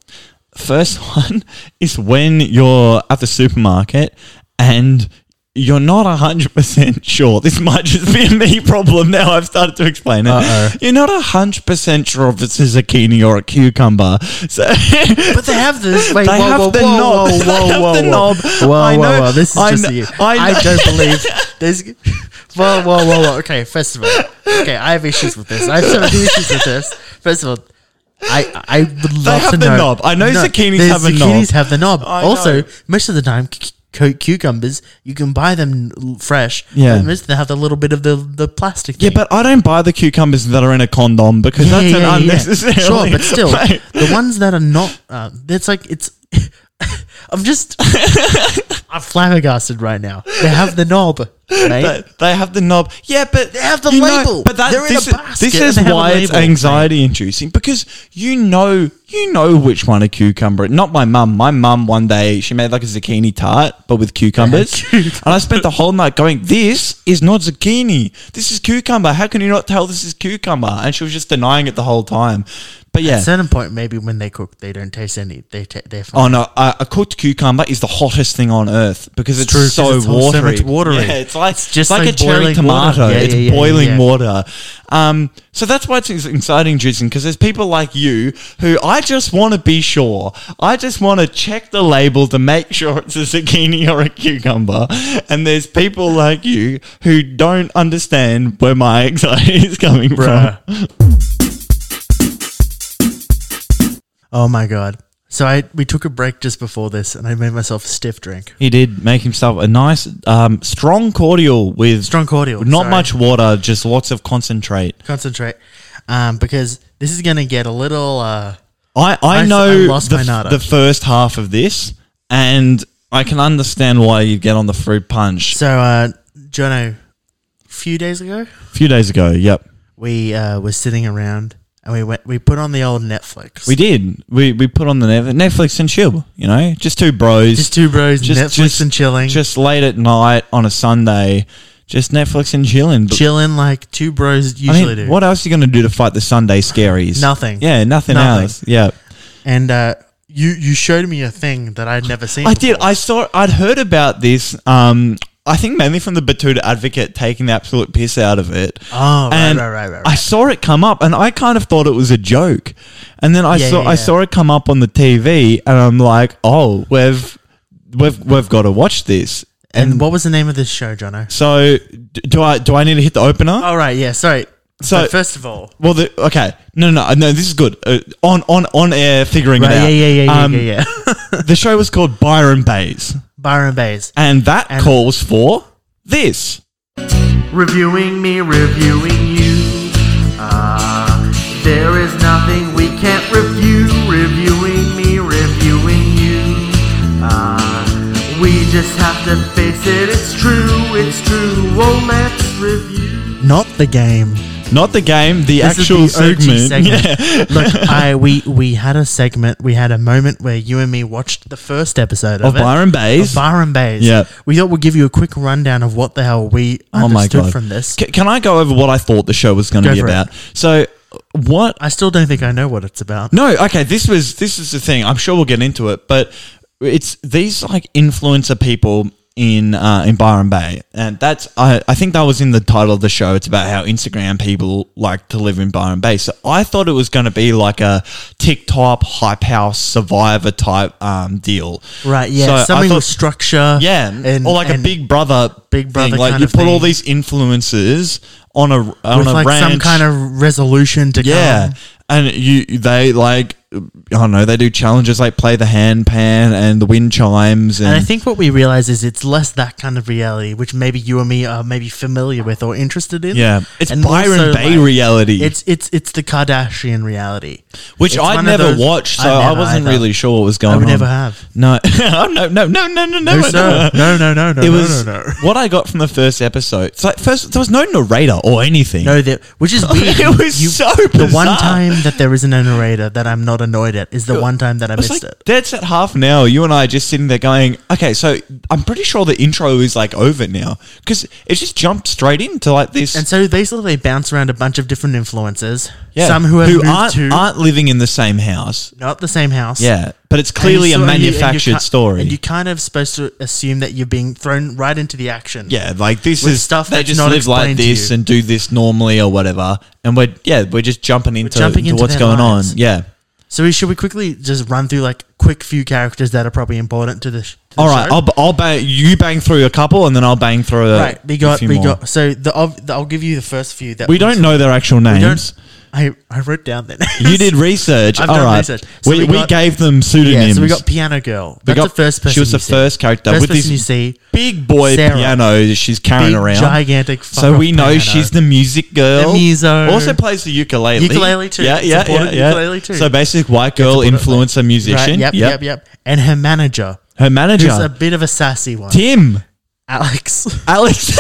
[SPEAKER 1] First one is when you're at the supermarket and you're not hundred percent sure. This might just be a me problem. Now I've started to explain it.
[SPEAKER 2] Uh-oh.
[SPEAKER 1] You're not hundred percent sure if it's a zucchini or a cucumber. So
[SPEAKER 2] But they have this. Wait,
[SPEAKER 1] They
[SPEAKER 2] whoa,
[SPEAKER 1] have
[SPEAKER 2] whoa,
[SPEAKER 1] the
[SPEAKER 2] whoa,
[SPEAKER 1] knob.
[SPEAKER 2] Whoa,
[SPEAKER 1] They
[SPEAKER 2] whoa,
[SPEAKER 1] have
[SPEAKER 2] whoa,
[SPEAKER 1] the
[SPEAKER 2] whoa.
[SPEAKER 1] knob.
[SPEAKER 2] Whoa,
[SPEAKER 1] I
[SPEAKER 2] whoa,
[SPEAKER 1] know-
[SPEAKER 2] whoa. This is
[SPEAKER 1] I
[SPEAKER 2] just
[SPEAKER 1] kn-
[SPEAKER 2] you.
[SPEAKER 1] I
[SPEAKER 2] I,
[SPEAKER 1] kn-
[SPEAKER 2] don't believe there's. Whoa, whoa, whoa, whoa. Okay, first of all, okay, I have issues with this. I have so many issues with this. First of all. I, I would love
[SPEAKER 1] have
[SPEAKER 2] to
[SPEAKER 1] the
[SPEAKER 2] know.
[SPEAKER 1] knob. I know zucchinis
[SPEAKER 2] the
[SPEAKER 1] have a knob.
[SPEAKER 2] zucchinis have the knob.
[SPEAKER 1] I
[SPEAKER 2] also,
[SPEAKER 1] know.
[SPEAKER 2] most of the time, c- c- cucumbers you can buy them l- fresh.
[SPEAKER 1] Yeah.
[SPEAKER 2] but most of them have the little bit of the, the plastic.
[SPEAKER 1] Yeah,
[SPEAKER 2] thing.
[SPEAKER 1] but I don't buy the cucumbers that are in a condom because that's an unnecessary.
[SPEAKER 2] Sure, but still, the ones that are not, uh, it's like it's. I'm just, I'm flabbergasted right now. They have the knob, mate.
[SPEAKER 1] they, they have the knob. Yeah, but they
[SPEAKER 2] have the label.
[SPEAKER 1] but that,
[SPEAKER 2] They're in
[SPEAKER 1] this,
[SPEAKER 2] a
[SPEAKER 1] is-
[SPEAKER 2] basket
[SPEAKER 1] this
[SPEAKER 2] and
[SPEAKER 1] is
[SPEAKER 2] they have a
[SPEAKER 1] why it's
[SPEAKER 2] label.
[SPEAKER 1] anxiety inducing because you know you know which one a cucumber. Not my mum. My mum one day she made like a zucchini tart but with cucumbers, and I spent the whole night going, "This is not zucchini. This is cucumber. How can you not tell this is cucumber?" And she was just denying it the whole time. But yeah.
[SPEAKER 2] At a certain point, maybe when they cook, they don't taste any. They ta- they're fine.
[SPEAKER 1] Oh no! A, a cooked cucumber is the hottest thing on earth because it's,
[SPEAKER 2] true, 'cause
[SPEAKER 1] so
[SPEAKER 2] it's all so
[SPEAKER 1] watery.
[SPEAKER 2] much watery.
[SPEAKER 1] Yeah, it's like
[SPEAKER 2] It's
[SPEAKER 1] just
[SPEAKER 2] just
[SPEAKER 1] like,
[SPEAKER 2] like
[SPEAKER 1] a cherry
[SPEAKER 2] boiling
[SPEAKER 1] tomato.
[SPEAKER 2] water. Yeah,
[SPEAKER 1] it's
[SPEAKER 2] yeah, yeah,
[SPEAKER 1] boiling
[SPEAKER 2] yeah.
[SPEAKER 1] water. Um, so that's why it's ex- exciting, inducing because there's people like you who I just want to be sure. I just want to check the label to make sure it's a zucchini or a cucumber. And there's people like you who don't understand where my anxiety is coming from.
[SPEAKER 2] Oh my god! So I we took a break just before this, and I made myself a stiff drink.
[SPEAKER 1] He did make himself a nice, um, strong cordial with
[SPEAKER 2] Strong cordial,
[SPEAKER 1] not
[SPEAKER 2] sorry.
[SPEAKER 1] much water, just lots of concentrate.
[SPEAKER 2] Concentrate, um, because this is gonna get a little. Uh,
[SPEAKER 1] I, I,
[SPEAKER 2] I s-
[SPEAKER 1] know
[SPEAKER 2] I lost
[SPEAKER 1] the,
[SPEAKER 2] my
[SPEAKER 1] f-
[SPEAKER 2] nada.
[SPEAKER 1] the first half of this, and I can understand why you get on the fruit punch.
[SPEAKER 2] so, uh, Jono, a few days ago,
[SPEAKER 1] A few days ago, yep,
[SPEAKER 2] we uh, were sitting around and we went. We put on the old Netflix.
[SPEAKER 1] we did. We we put on the Nef- Netflix and chill. You know, just two bros,
[SPEAKER 2] Just two bros,
[SPEAKER 1] Just-
[SPEAKER 2] Netflix
[SPEAKER 1] just-
[SPEAKER 2] and chilling.
[SPEAKER 1] just late at night on a Sunday, just Netflix and chilling. But,
[SPEAKER 2] chilling like two bros
[SPEAKER 1] I
[SPEAKER 2] usually
[SPEAKER 1] mean,
[SPEAKER 2] do.
[SPEAKER 1] what else are you going to do to fight the Sunday scaries?
[SPEAKER 2] Nothing.
[SPEAKER 1] Yeah, nothing,
[SPEAKER 2] Nothing.
[SPEAKER 1] else. Yeah.
[SPEAKER 2] And uh, you you showed me a thing that I'd never seen.
[SPEAKER 1] I
[SPEAKER 2] before.
[SPEAKER 1] did. I saw. I'd heard about this. Um, I think mainly from the Batuta Advocate taking the absolute piss out of it.
[SPEAKER 2] Oh, right,
[SPEAKER 1] And
[SPEAKER 2] right, right, right, right.
[SPEAKER 1] I saw it come up, and I kind of thought it was a joke, and then I
[SPEAKER 2] Yeah,
[SPEAKER 1] saw
[SPEAKER 2] yeah,
[SPEAKER 1] I
[SPEAKER 2] yeah.
[SPEAKER 1] saw it come up on the TV, and I'm like, oh, we've we've we've got to watch this.
[SPEAKER 2] And, what was the name of this show, Jono?
[SPEAKER 1] So d- do I do I need to hit the opener?
[SPEAKER 2] All right, yeah. Sorry.
[SPEAKER 1] So-
[SPEAKER 2] So, first of all,
[SPEAKER 1] Well, the, okay, no, no, no, no, this is good. Uh, on on on air, figuring
[SPEAKER 2] right,
[SPEAKER 1] it
[SPEAKER 2] yeah,
[SPEAKER 1] out.
[SPEAKER 2] yeah, yeah, yeah,
[SPEAKER 1] Um,
[SPEAKER 2] yeah, yeah.
[SPEAKER 1] The show was called Byron Bays,
[SPEAKER 2] Byron Bays
[SPEAKER 1] and that
[SPEAKER 2] And-
[SPEAKER 1] calls for this.
[SPEAKER 2] reviewing me, reviewing you. Uh, there is nothing we can't review. Reviewing me, reviewing you. Uh, we just have to face it. It's true. It's true. Oh, let's review. Not the game.
[SPEAKER 1] Not the game, the
[SPEAKER 2] This
[SPEAKER 1] actual
[SPEAKER 2] is the OG
[SPEAKER 1] segment.
[SPEAKER 2] segment.
[SPEAKER 1] Yeah.
[SPEAKER 2] Look, I we we had a segment, we had a moment where you and me watched the first episode of,
[SPEAKER 1] Of
[SPEAKER 2] it,
[SPEAKER 1] Byron Bays.
[SPEAKER 2] Of Byron Bays.
[SPEAKER 1] Yeah.
[SPEAKER 2] we thought we'd give you a quick rundown of what the hell we
[SPEAKER 1] Oh my
[SPEAKER 2] understood
[SPEAKER 1] god!
[SPEAKER 2] from this.
[SPEAKER 1] C- can I go over what I thought the show was going to
[SPEAKER 2] Go
[SPEAKER 1] be
[SPEAKER 2] for it.
[SPEAKER 1] about? So, what
[SPEAKER 2] I still don't think I know what it's about.
[SPEAKER 1] No, okay. This was this is the thing. I'm sure we'll get into it, but it's these like influencer people in uh, in Byron Bay, and that's I, I think that was in the title of the show. It's about how Instagram people like to live in Byron Bay. So I thought it was going to be like a TikTok hype house survivor type um, deal,
[SPEAKER 2] Right, yeah.
[SPEAKER 1] So I
[SPEAKER 2] something
[SPEAKER 1] thought-
[SPEAKER 2] with structure.
[SPEAKER 1] yeah,
[SPEAKER 2] and-
[SPEAKER 1] or like a
[SPEAKER 2] and-
[SPEAKER 1] Big Brother,
[SPEAKER 2] Big Brother
[SPEAKER 1] Like
[SPEAKER 2] kind
[SPEAKER 1] you
[SPEAKER 2] of
[SPEAKER 1] put all
[SPEAKER 2] thing.
[SPEAKER 1] these influences on a on
[SPEAKER 2] with
[SPEAKER 1] a
[SPEAKER 2] like
[SPEAKER 1] ranch,
[SPEAKER 2] some kind of resolution to
[SPEAKER 1] yeah,
[SPEAKER 2] come.
[SPEAKER 1] and you they like I don't know they do challenges like play the hand pan and the wind chimes and,
[SPEAKER 2] And I think what we realize is it's less that kind of reality, which maybe you and me are maybe familiar with or interested in.
[SPEAKER 1] yeah, it's
[SPEAKER 2] And also,
[SPEAKER 1] Byron Bay
[SPEAKER 2] like,
[SPEAKER 1] reality,
[SPEAKER 2] It's it's it's the Kardashian reality,
[SPEAKER 1] which
[SPEAKER 2] it's
[SPEAKER 1] I
[SPEAKER 2] one of
[SPEAKER 1] never
[SPEAKER 2] those-
[SPEAKER 1] watched,
[SPEAKER 2] I
[SPEAKER 1] so I,
[SPEAKER 2] never
[SPEAKER 1] wasn't
[SPEAKER 2] either.
[SPEAKER 1] really sure what was going
[SPEAKER 2] I
[SPEAKER 1] on.
[SPEAKER 2] would never have.
[SPEAKER 1] No, Oh, no, no, no, no, no, no,
[SPEAKER 2] No, sir. No, no, no, no,
[SPEAKER 1] It
[SPEAKER 2] no,
[SPEAKER 1] was
[SPEAKER 2] no, no.
[SPEAKER 1] what I got from the first episode. It's like first there was no narrator or anything.
[SPEAKER 2] No, that which is weird.
[SPEAKER 1] It was so
[SPEAKER 2] The one
[SPEAKER 1] bizarre.
[SPEAKER 2] time that there isn't a narrator that I'm not annoyed at is the one time that I
[SPEAKER 1] It's
[SPEAKER 2] missed
[SPEAKER 1] like
[SPEAKER 2] it.
[SPEAKER 1] that's at half an hour. You and I are just sitting there going, okay, so I'm pretty sure the intro is like over now because it just jumped straight into like this.
[SPEAKER 2] And so basically, they bounce around a bunch of different influences.
[SPEAKER 1] yeah,
[SPEAKER 2] some who have moved
[SPEAKER 1] aren't,
[SPEAKER 2] to
[SPEAKER 1] aren't living in the same house.
[SPEAKER 2] not the same house.
[SPEAKER 1] Yeah, but it's
[SPEAKER 2] And
[SPEAKER 1] clearly
[SPEAKER 2] you
[SPEAKER 1] a
[SPEAKER 2] sort- and you- and you
[SPEAKER 1] manufactured
[SPEAKER 2] ki-
[SPEAKER 1] story.
[SPEAKER 2] And you're kind of supposed to assume that you're being thrown right into the action.
[SPEAKER 1] yeah, like this
[SPEAKER 2] with
[SPEAKER 1] is
[SPEAKER 2] stuff
[SPEAKER 1] They
[SPEAKER 2] that's
[SPEAKER 1] just
[SPEAKER 2] not
[SPEAKER 1] live like
[SPEAKER 2] explained to
[SPEAKER 1] this
[SPEAKER 2] you.
[SPEAKER 1] and do this normally or whatever. And we're yeah, we're just jumping into,
[SPEAKER 2] jumping
[SPEAKER 1] into
[SPEAKER 2] into
[SPEAKER 1] what's
[SPEAKER 2] their
[SPEAKER 1] going
[SPEAKER 2] lives.
[SPEAKER 1] on. Yeah.
[SPEAKER 2] So we, should we quickly just run through like quick few characters that are probably important to the, sh- to the
[SPEAKER 1] All right,
[SPEAKER 2] show?
[SPEAKER 1] I'll, b- I'll bang you bang through a couple, and then I'll bang through a,
[SPEAKER 2] right. We
[SPEAKER 1] a
[SPEAKER 2] got
[SPEAKER 1] few
[SPEAKER 2] we
[SPEAKER 1] more.
[SPEAKER 2] got. So the, of, the I'll give you the first few that
[SPEAKER 1] We don't know their actual names.
[SPEAKER 2] We don't. I I wrote down that
[SPEAKER 1] You did research.
[SPEAKER 2] I've
[SPEAKER 1] All
[SPEAKER 2] done
[SPEAKER 1] right.
[SPEAKER 2] research. So
[SPEAKER 1] we,
[SPEAKER 2] we
[SPEAKER 1] we
[SPEAKER 2] got-
[SPEAKER 1] gave them pseudonyms.
[SPEAKER 2] Yeah, so we got Piano Girl.
[SPEAKER 1] We
[SPEAKER 2] That's the first person.
[SPEAKER 1] She was
[SPEAKER 2] you
[SPEAKER 1] the
[SPEAKER 2] see.
[SPEAKER 1] first character
[SPEAKER 2] First
[SPEAKER 1] with
[SPEAKER 2] person you
[SPEAKER 1] this
[SPEAKER 2] see.
[SPEAKER 1] big boy
[SPEAKER 2] Sarah.
[SPEAKER 1] piano that she's carrying
[SPEAKER 2] Big,
[SPEAKER 1] around.
[SPEAKER 2] gigantic.
[SPEAKER 1] so
[SPEAKER 2] fuck
[SPEAKER 1] we
[SPEAKER 2] off
[SPEAKER 1] know
[SPEAKER 2] piano.
[SPEAKER 1] she's the music girl.
[SPEAKER 2] The muso.
[SPEAKER 1] Also plays the ukulele.
[SPEAKER 2] Ukulele too.
[SPEAKER 1] Yeah, yeah, yeah,
[SPEAKER 2] Supported
[SPEAKER 1] yeah.
[SPEAKER 2] ukulele too.
[SPEAKER 1] So basic white girl
[SPEAKER 2] Supported-
[SPEAKER 1] influencer musician.
[SPEAKER 2] Right, yep, yep, yep. And her manager,
[SPEAKER 1] Her manager,
[SPEAKER 2] who's a bit of a sassy one,
[SPEAKER 1] Tim.
[SPEAKER 2] Alex.
[SPEAKER 1] Alex.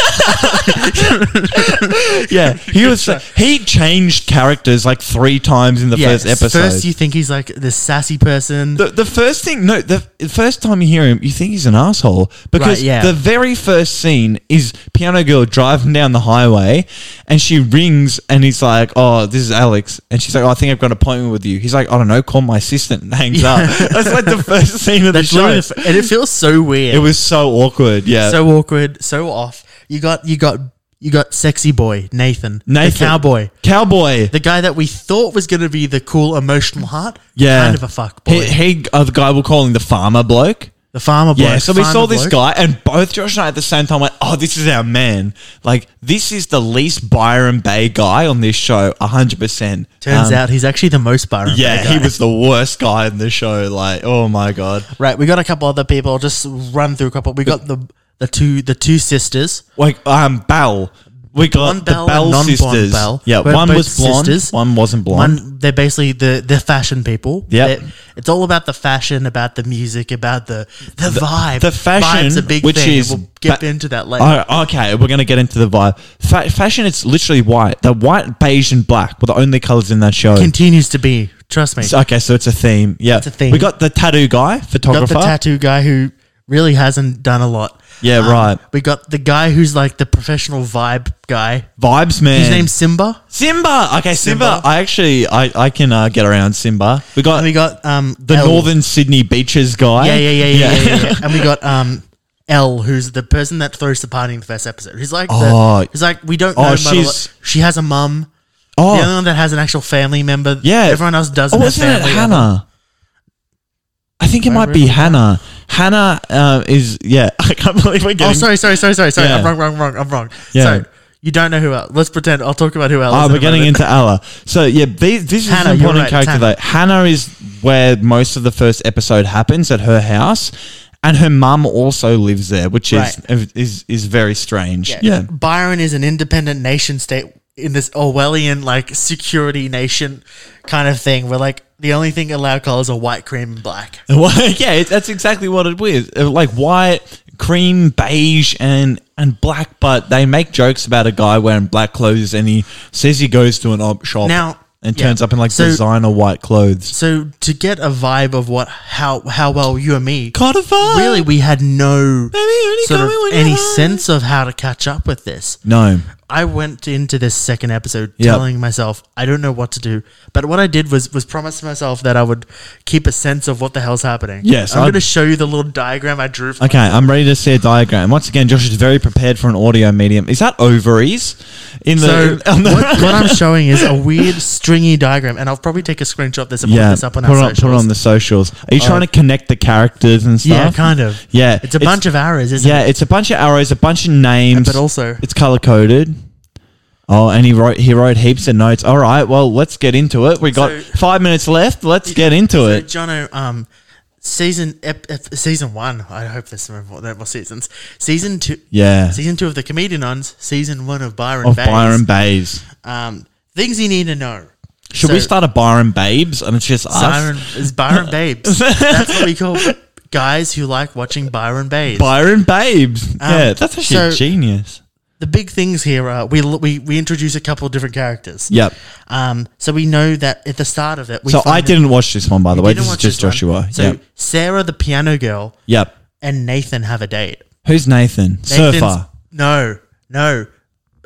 [SPEAKER 1] yeah, he was. He changed characters like three times in the
[SPEAKER 2] uh, Yeah,
[SPEAKER 1] first episode.
[SPEAKER 2] First, you think he's like this sassy person.
[SPEAKER 1] The, the first thing, no, the f- first time you hear him, you think he's an asshole because
[SPEAKER 2] Right, yeah.
[SPEAKER 1] the very first scene is Piano Girl driving down the highway, and she rings, and he's like, "Oh, this is Alex," and she's like, oh, "I think I've got an appointment with you." He's like, "I don't know, call my assistant," and hangs up. That's like the first scene of the
[SPEAKER 2] That's
[SPEAKER 1] show.
[SPEAKER 2] literally the f- and it feels so weird.
[SPEAKER 1] it was uh, so awkward. Yeah,
[SPEAKER 2] so awkward, so off. You got you got you got sexy boy Nathan, the
[SPEAKER 1] Nathan.
[SPEAKER 2] cowboy,
[SPEAKER 1] cowboy.
[SPEAKER 2] the guy that we thought was going to be the cool emotional heart.
[SPEAKER 1] yeah,
[SPEAKER 2] kind of a fuck boy.
[SPEAKER 1] He, he uh, the guy we're calling the farmer bloke.
[SPEAKER 2] the farmer boy.
[SPEAKER 1] Yeah, so we
[SPEAKER 2] farmer
[SPEAKER 1] saw this
[SPEAKER 2] bloke.
[SPEAKER 1] guy, and both Josh and I at the same time went, "Oh, this is our man! Like, this is the least Byron Bay guy on this show, hundred percent."
[SPEAKER 2] Turns out he's actually the most Byron.
[SPEAKER 1] Um, yeah,
[SPEAKER 2] Bay guy.
[SPEAKER 1] he was the worst guy in the show. Like, oh my god!
[SPEAKER 2] Right, we got a couple other people. I'll just run through a couple. We got the the two the two sisters.
[SPEAKER 1] Like, um, Bell. We got
[SPEAKER 2] Blonde Bell
[SPEAKER 1] the
[SPEAKER 2] and
[SPEAKER 1] Bell
[SPEAKER 2] non-blonde
[SPEAKER 1] sisters.
[SPEAKER 2] Bell.
[SPEAKER 1] Yeah,
[SPEAKER 2] We're
[SPEAKER 1] one
[SPEAKER 2] both
[SPEAKER 1] was blonde,
[SPEAKER 2] sisters.
[SPEAKER 1] one wasn't blonde.
[SPEAKER 2] One, they're basically the the fashion people.
[SPEAKER 1] Yep.
[SPEAKER 2] They're- It's all about the fashion, about the music, about the the, vibe.
[SPEAKER 1] the fashion,
[SPEAKER 2] Vibe's a big
[SPEAKER 1] which
[SPEAKER 2] thing.
[SPEAKER 1] is
[SPEAKER 2] we'll get
[SPEAKER 1] ba-
[SPEAKER 2] into that later.
[SPEAKER 1] Oh, okay, we're gonna get into the vibe. Fa- fashion, it's literally white. The white, beige, and black were the only colors in that show.
[SPEAKER 2] Continues to be. Trust me.
[SPEAKER 1] So- okay, so it's a theme. Yeah, it's
[SPEAKER 2] a theme.
[SPEAKER 1] We got the tattoo guy,
[SPEAKER 2] got
[SPEAKER 1] photographer.
[SPEAKER 2] the tattoo guy who really hasn't done a lot. Um,
[SPEAKER 1] Yeah, right.
[SPEAKER 2] We got the guy who's like the professional vibe guy.
[SPEAKER 1] Vibes man.
[SPEAKER 2] His name's Simba.
[SPEAKER 1] Simba. Okay, Simba.
[SPEAKER 2] Simba.
[SPEAKER 1] I actually I, I can uh, get around Simba. We got
[SPEAKER 2] And we got um
[SPEAKER 1] the
[SPEAKER 2] L.
[SPEAKER 1] Northern Sydney beaches guy.
[SPEAKER 2] Yeah, yeah, yeah, yeah, yeah. yeah, yeah. and we got um L, who's the person that throws the party in the first episode. He's like,
[SPEAKER 1] Oh.
[SPEAKER 2] the, he's like, we don't
[SPEAKER 1] Oh,
[SPEAKER 2] know. Oh,
[SPEAKER 1] she's-
[SPEAKER 2] she's, she has a mum. The only
[SPEAKER 1] oh,
[SPEAKER 2] one that has an actual family member.
[SPEAKER 1] yeah.
[SPEAKER 2] everyone else doesn't.
[SPEAKER 1] Oh,
[SPEAKER 2] have
[SPEAKER 1] wasn't it
[SPEAKER 2] family
[SPEAKER 1] Hannah? I think it might be Hannah. Hannah uh, is yeah. I can't believe we're getting.
[SPEAKER 2] Oh, sorry, sorry, sorry, sorry, sorry.
[SPEAKER 1] Yeah.
[SPEAKER 2] I'm wrong, wrong, wrong. I'm wrong.
[SPEAKER 1] Yeah.
[SPEAKER 2] Sorry, you don't know who else. Let's pretend. I'll talk about who else.
[SPEAKER 1] Oh,
[SPEAKER 2] in a
[SPEAKER 1] we're getting
[SPEAKER 2] moment.
[SPEAKER 1] into Ella. So yeah, these, this is
[SPEAKER 2] Hannah,
[SPEAKER 1] an
[SPEAKER 2] you're
[SPEAKER 1] important
[SPEAKER 2] right,
[SPEAKER 1] character
[SPEAKER 2] Hannah.
[SPEAKER 1] though. Hannah is where most of the first episode happens at her house, and her mum also lives there, which is is is very strange. yeah.
[SPEAKER 2] Byron is an independent nation state in this Orwellian like security nation kind of thing, where like the only thing allowed colors are white, cream, and black.
[SPEAKER 1] Well, yeah, it, that's exactly what it was. Uh, Like white, cream, beige, and and black. But they make jokes about a guy wearing black clothes, and he says he goes to an op shop
[SPEAKER 2] Now-
[SPEAKER 1] and
[SPEAKER 2] yeah.
[SPEAKER 1] turns up in like
[SPEAKER 2] So-
[SPEAKER 1] designer white clothes.
[SPEAKER 2] So to get a vibe of what how how well you and me
[SPEAKER 1] Kind of vibe.
[SPEAKER 2] really we had no
[SPEAKER 1] Baby, only
[SPEAKER 2] sort
[SPEAKER 1] call
[SPEAKER 2] of
[SPEAKER 1] me when you're
[SPEAKER 2] any
[SPEAKER 1] high.
[SPEAKER 2] sense of how to catch up with this.
[SPEAKER 1] No.
[SPEAKER 2] I went into this second episode
[SPEAKER 1] Yep.
[SPEAKER 2] telling myself I don't know what to do, but what I did was was promise myself that I would keep a sense of what the hell's happening.
[SPEAKER 1] Yes,
[SPEAKER 2] I'm
[SPEAKER 1] I'd-
[SPEAKER 2] going to show you the little diagram I drew. For
[SPEAKER 1] Okay, I'm ready to see a diagram. Once again, Josh is very prepared for an audio medium. Is that ovaries? In
[SPEAKER 2] So
[SPEAKER 1] the, on the-
[SPEAKER 2] what, what I'm showing is a weird stringy diagram, and I'll probably take a screenshot of this and put
[SPEAKER 1] yeah,
[SPEAKER 2] this up on
[SPEAKER 1] put,
[SPEAKER 2] our
[SPEAKER 1] it on, put
[SPEAKER 2] socials.
[SPEAKER 1] it on the socials. Are you trying to connect the characters and stuff?
[SPEAKER 2] yeah, kind of.
[SPEAKER 1] Yeah,
[SPEAKER 2] it's a bunch of arrows, isn't
[SPEAKER 1] Yeah,
[SPEAKER 2] it?
[SPEAKER 1] it's a bunch of arrows, a bunch of names,
[SPEAKER 2] But also,
[SPEAKER 1] it's color coded. Oh, and he wrote he wrote heaps of notes. All right, well, let's get into it. We got
[SPEAKER 2] So-
[SPEAKER 1] five minutes left. Let's get into
[SPEAKER 2] so
[SPEAKER 1] it.
[SPEAKER 2] Jono, um, season ep, ep, season one. I hope there's some more, there are more seasons. Season two.
[SPEAKER 1] Yeah,
[SPEAKER 2] Season two of the Comedianons. Season one of Byron.
[SPEAKER 1] of
[SPEAKER 2] Bays.
[SPEAKER 1] Byron Babes.
[SPEAKER 2] Um, things you need to know.
[SPEAKER 1] Should
[SPEAKER 2] So-
[SPEAKER 1] we start a Byron Babes? And it's just us.
[SPEAKER 2] Byron is Byron Babes. That's what we call guys who like watching Byron Babes. Um,
[SPEAKER 1] Byron Babes. yeah, that's
[SPEAKER 2] so-
[SPEAKER 1] actually genius.
[SPEAKER 2] the big things here are we we we introduce a couple of different characters.
[SPEAKER 1] Yep.
[SPEAKER 2] Um, so we know that at the start of it, we
[SPEAKER 1] So
[SPEAKER 2] find
[SPEAKER 1] I
[SPEAKER 2] that-
[SPEAKER 1] didn't watch this one, by the
[SPEAKER 2] we
[SPEAKER 1] way.
[SPEAKER 2] didn't
[SPEAKER 1] This is
[SPEAKER 2] watch
[SPEAKER 1] just
[SPEAKER 2] this one.
[SPEAKER 1] Joshua.
[SPEAKER 2] So
[SPEAKER 1] yep.
[SPEAKER 2] Sarah, the piano girl,
[SPEAKER 1] Yep.
[SPEAKER 2] and Nathan have a date.
[SPEAKER 1] Who's Nathan?
[SPEAKER 2] Nathan's-
[SPEAKER 1] Surfer.
[SPEAKER 2] No, no,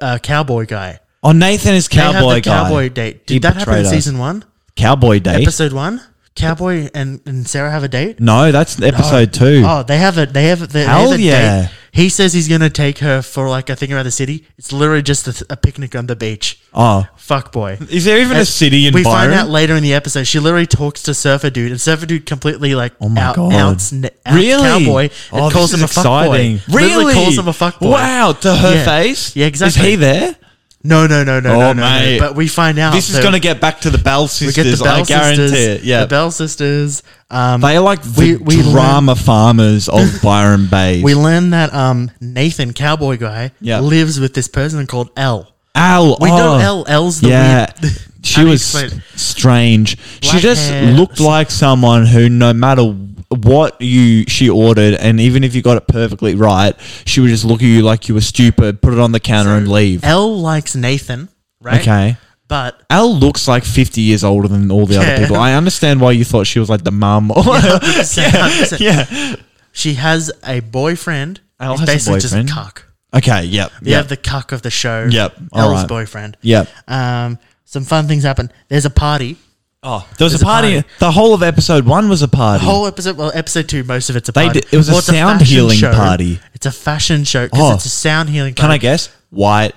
[SPEAKER 2] uh, cowboy guy.
[SPEAKER 1] Oh, Nathan is
[SPEAKER 2] They have
[SPEAKER 1] cowboy
[SPEAKER 2] the
[SPEAKER 1] guy.
[SPEAKER 2] Cowboy date. Did
[SPEAKER 1] He
[SPEAKER 2] that happen in
[SPEAKER 1] betrayed us.
[SPEAKER 2] season one,
[SPEAKER 1] Cowboy date.
[SPEAKER 2] episode one? Cowboy and, and Sarah have a date.
[SPEAKER 1] no, that's episode two.
[SPEAKER 2] Oh, they have a they have a, they
[SPEAKER 1] Hell
[SPEAKER 2] have a
[SPEAKER 1] yeah.
[SPEAKER 2] date. He says he's gonna take her for like a thing around the city. It's literally just a, a picnic on the beach.
[SPEAKER 1] Oh.
[SPEAKER 2] Fuck boy.
[SPEAKER 1] Is there even a city in
[SPEAKER 2] we
[SPEAKER 1] Byron?
[SPEAKER 2] find out later in the episode, she literally talks to Surfer Dude, and Surfer Dude completely like oh
[SPEAKER 1] my
[SPEAKER 2] out,
[SPEAKER 1] God.
[SPEAKER 2] outs, ne- outs
[SPEAKER 1] Really?
[SPEAKER 2] cowboy and
[SPEAKER 1] Oh,
[SPEAKER 2] calls
[SPEAKER 1] this
[SPEAKER 2] him a
[SPEAKER 1] is exciting.
[SPEAKER 2] fuckboy. Literally calls him a fuckboy.
[SPEAKER 1] Wow, to her
[SPEAKER 2] Yeah.
[SPEAKER 1] face.
[SPEAKER 2] Yeah,
[SPEAKER 1] Is
[SPEAKER 2] exactly.
[SPEAKER 1] he there?
[SPEAKER 2] No, no, no, no,
[SPEAKER 1] Oh,
[SPEAKER 2] no, no, no.
[SPEAKER 1] mate.
[SPEAKER 2] But we find out
[SPEAKER 1] This is
[SPEAKER 2] that
[SPEAKER 1] going to get back to the Bell
[SPEAKER 2] Oh, we
[SPEAKER 1] sisters.
[SPEAKER 2] get the Bell
[SPEAKER 1] I guarantee
[SPEAKER 2] sisters.
[SPEAKER 1] it. Yeah,
[SPEAKER 2] the Bell sisters. Um,
[SPEAKER 1] they are like the
[SPEAKER 2] We- we learn-
[SPEAKER 1] drama farmers of Byron Bay.
[SPEAKER 2] we learn that um, Nathan, cowboy guy,
[SPEAKER 1] Yeah.
[SPEAKER 2] lives with this person called L.
[SPEAKER 1] Al,
[SPEAKER 2] We know
[SPEAKER 1] oh,
[SPEAKER 2] L. L's the
[SPEAKER 1] yeah.
[SPEAKER 2] weird.
[SPEAKER 1] She
[SPEAKER 2] How do you
[SPEAKER 1] was
[SPEAKER 2] explain it?
[SPEAKER 1] strange. she
[SPEAKER 2] Black
[SPEAKER 1] just
[SPEAKER 2] hair.
[SPEAKER 1] looked like someone who, no matter what you she ordered, and even if you got it perfectly right, she would just look at you like you were stupid, put it on the counter, and leave.
[SPEAKER 2] L likes Nathan, right?
[SPEAKER 1] Okay.
[SPEAKER 2] But
[SPEAKER 1] Al looks like 50 years older than all the
[SPEAKER 2] Yeah.
[SPEAKER 1] other people. I understand why you thought she was like the mum.
[SPEAKER 2] yeah.
[SPEAKER 1] yeah.
[SPEAKER 2] she has a boyfriend.
[SPEAKER 1] Al
[SPEAKER 2] who's
[SPEAKER 1] has a
[SPEAKER 2] basically
[SPEAKER 1] boyfriend.
[SPEAKER 2] just cuck.
[SPEAKER 1] Okay, yep.
[SPEAKER 2] You have
[SPEAKER 1] Yep.
[SPEAKER 2] the cuck of the show.
[SPEAKER 1] Yep, all
[SPEAKER 2] Elle's
[SPEAKER 1] right.
[SPEAKER 2] boyfriend.
[SPEAKER 1] Yep.
[SPEAKER 2] Um, some fun things happen. There's a party.
[SPEAKER 1] Oh, there was
[SPEAKER 2] There's
[SPEAKER 1] a
[SPEAKER 2] a
[SPEAKER 1] party.
[SPEAKER 2] party.
[SPEAKER 1] The whole of episode 1 was a party.
[SPEAKER 2] Whole episode, well, episode two, most of it's a
[SPEAKER 1] They
[SPEAKER 2] party.
[SPEAKER 1] did- it was a
[SPEAKER 2] it's
[SPEAKER 1] sound
[SPEAKER 2] fashion
[SPEAKER 1] healing party.
[SPEAKER 2] It's a fashion show because
[SPEAKER 1] Oh.
[SPEAKER 2] it's a sound healing.
[SPEAKER 1] Can I
[SPEAKER 2] party.
[SPEAKER 1] guess? White,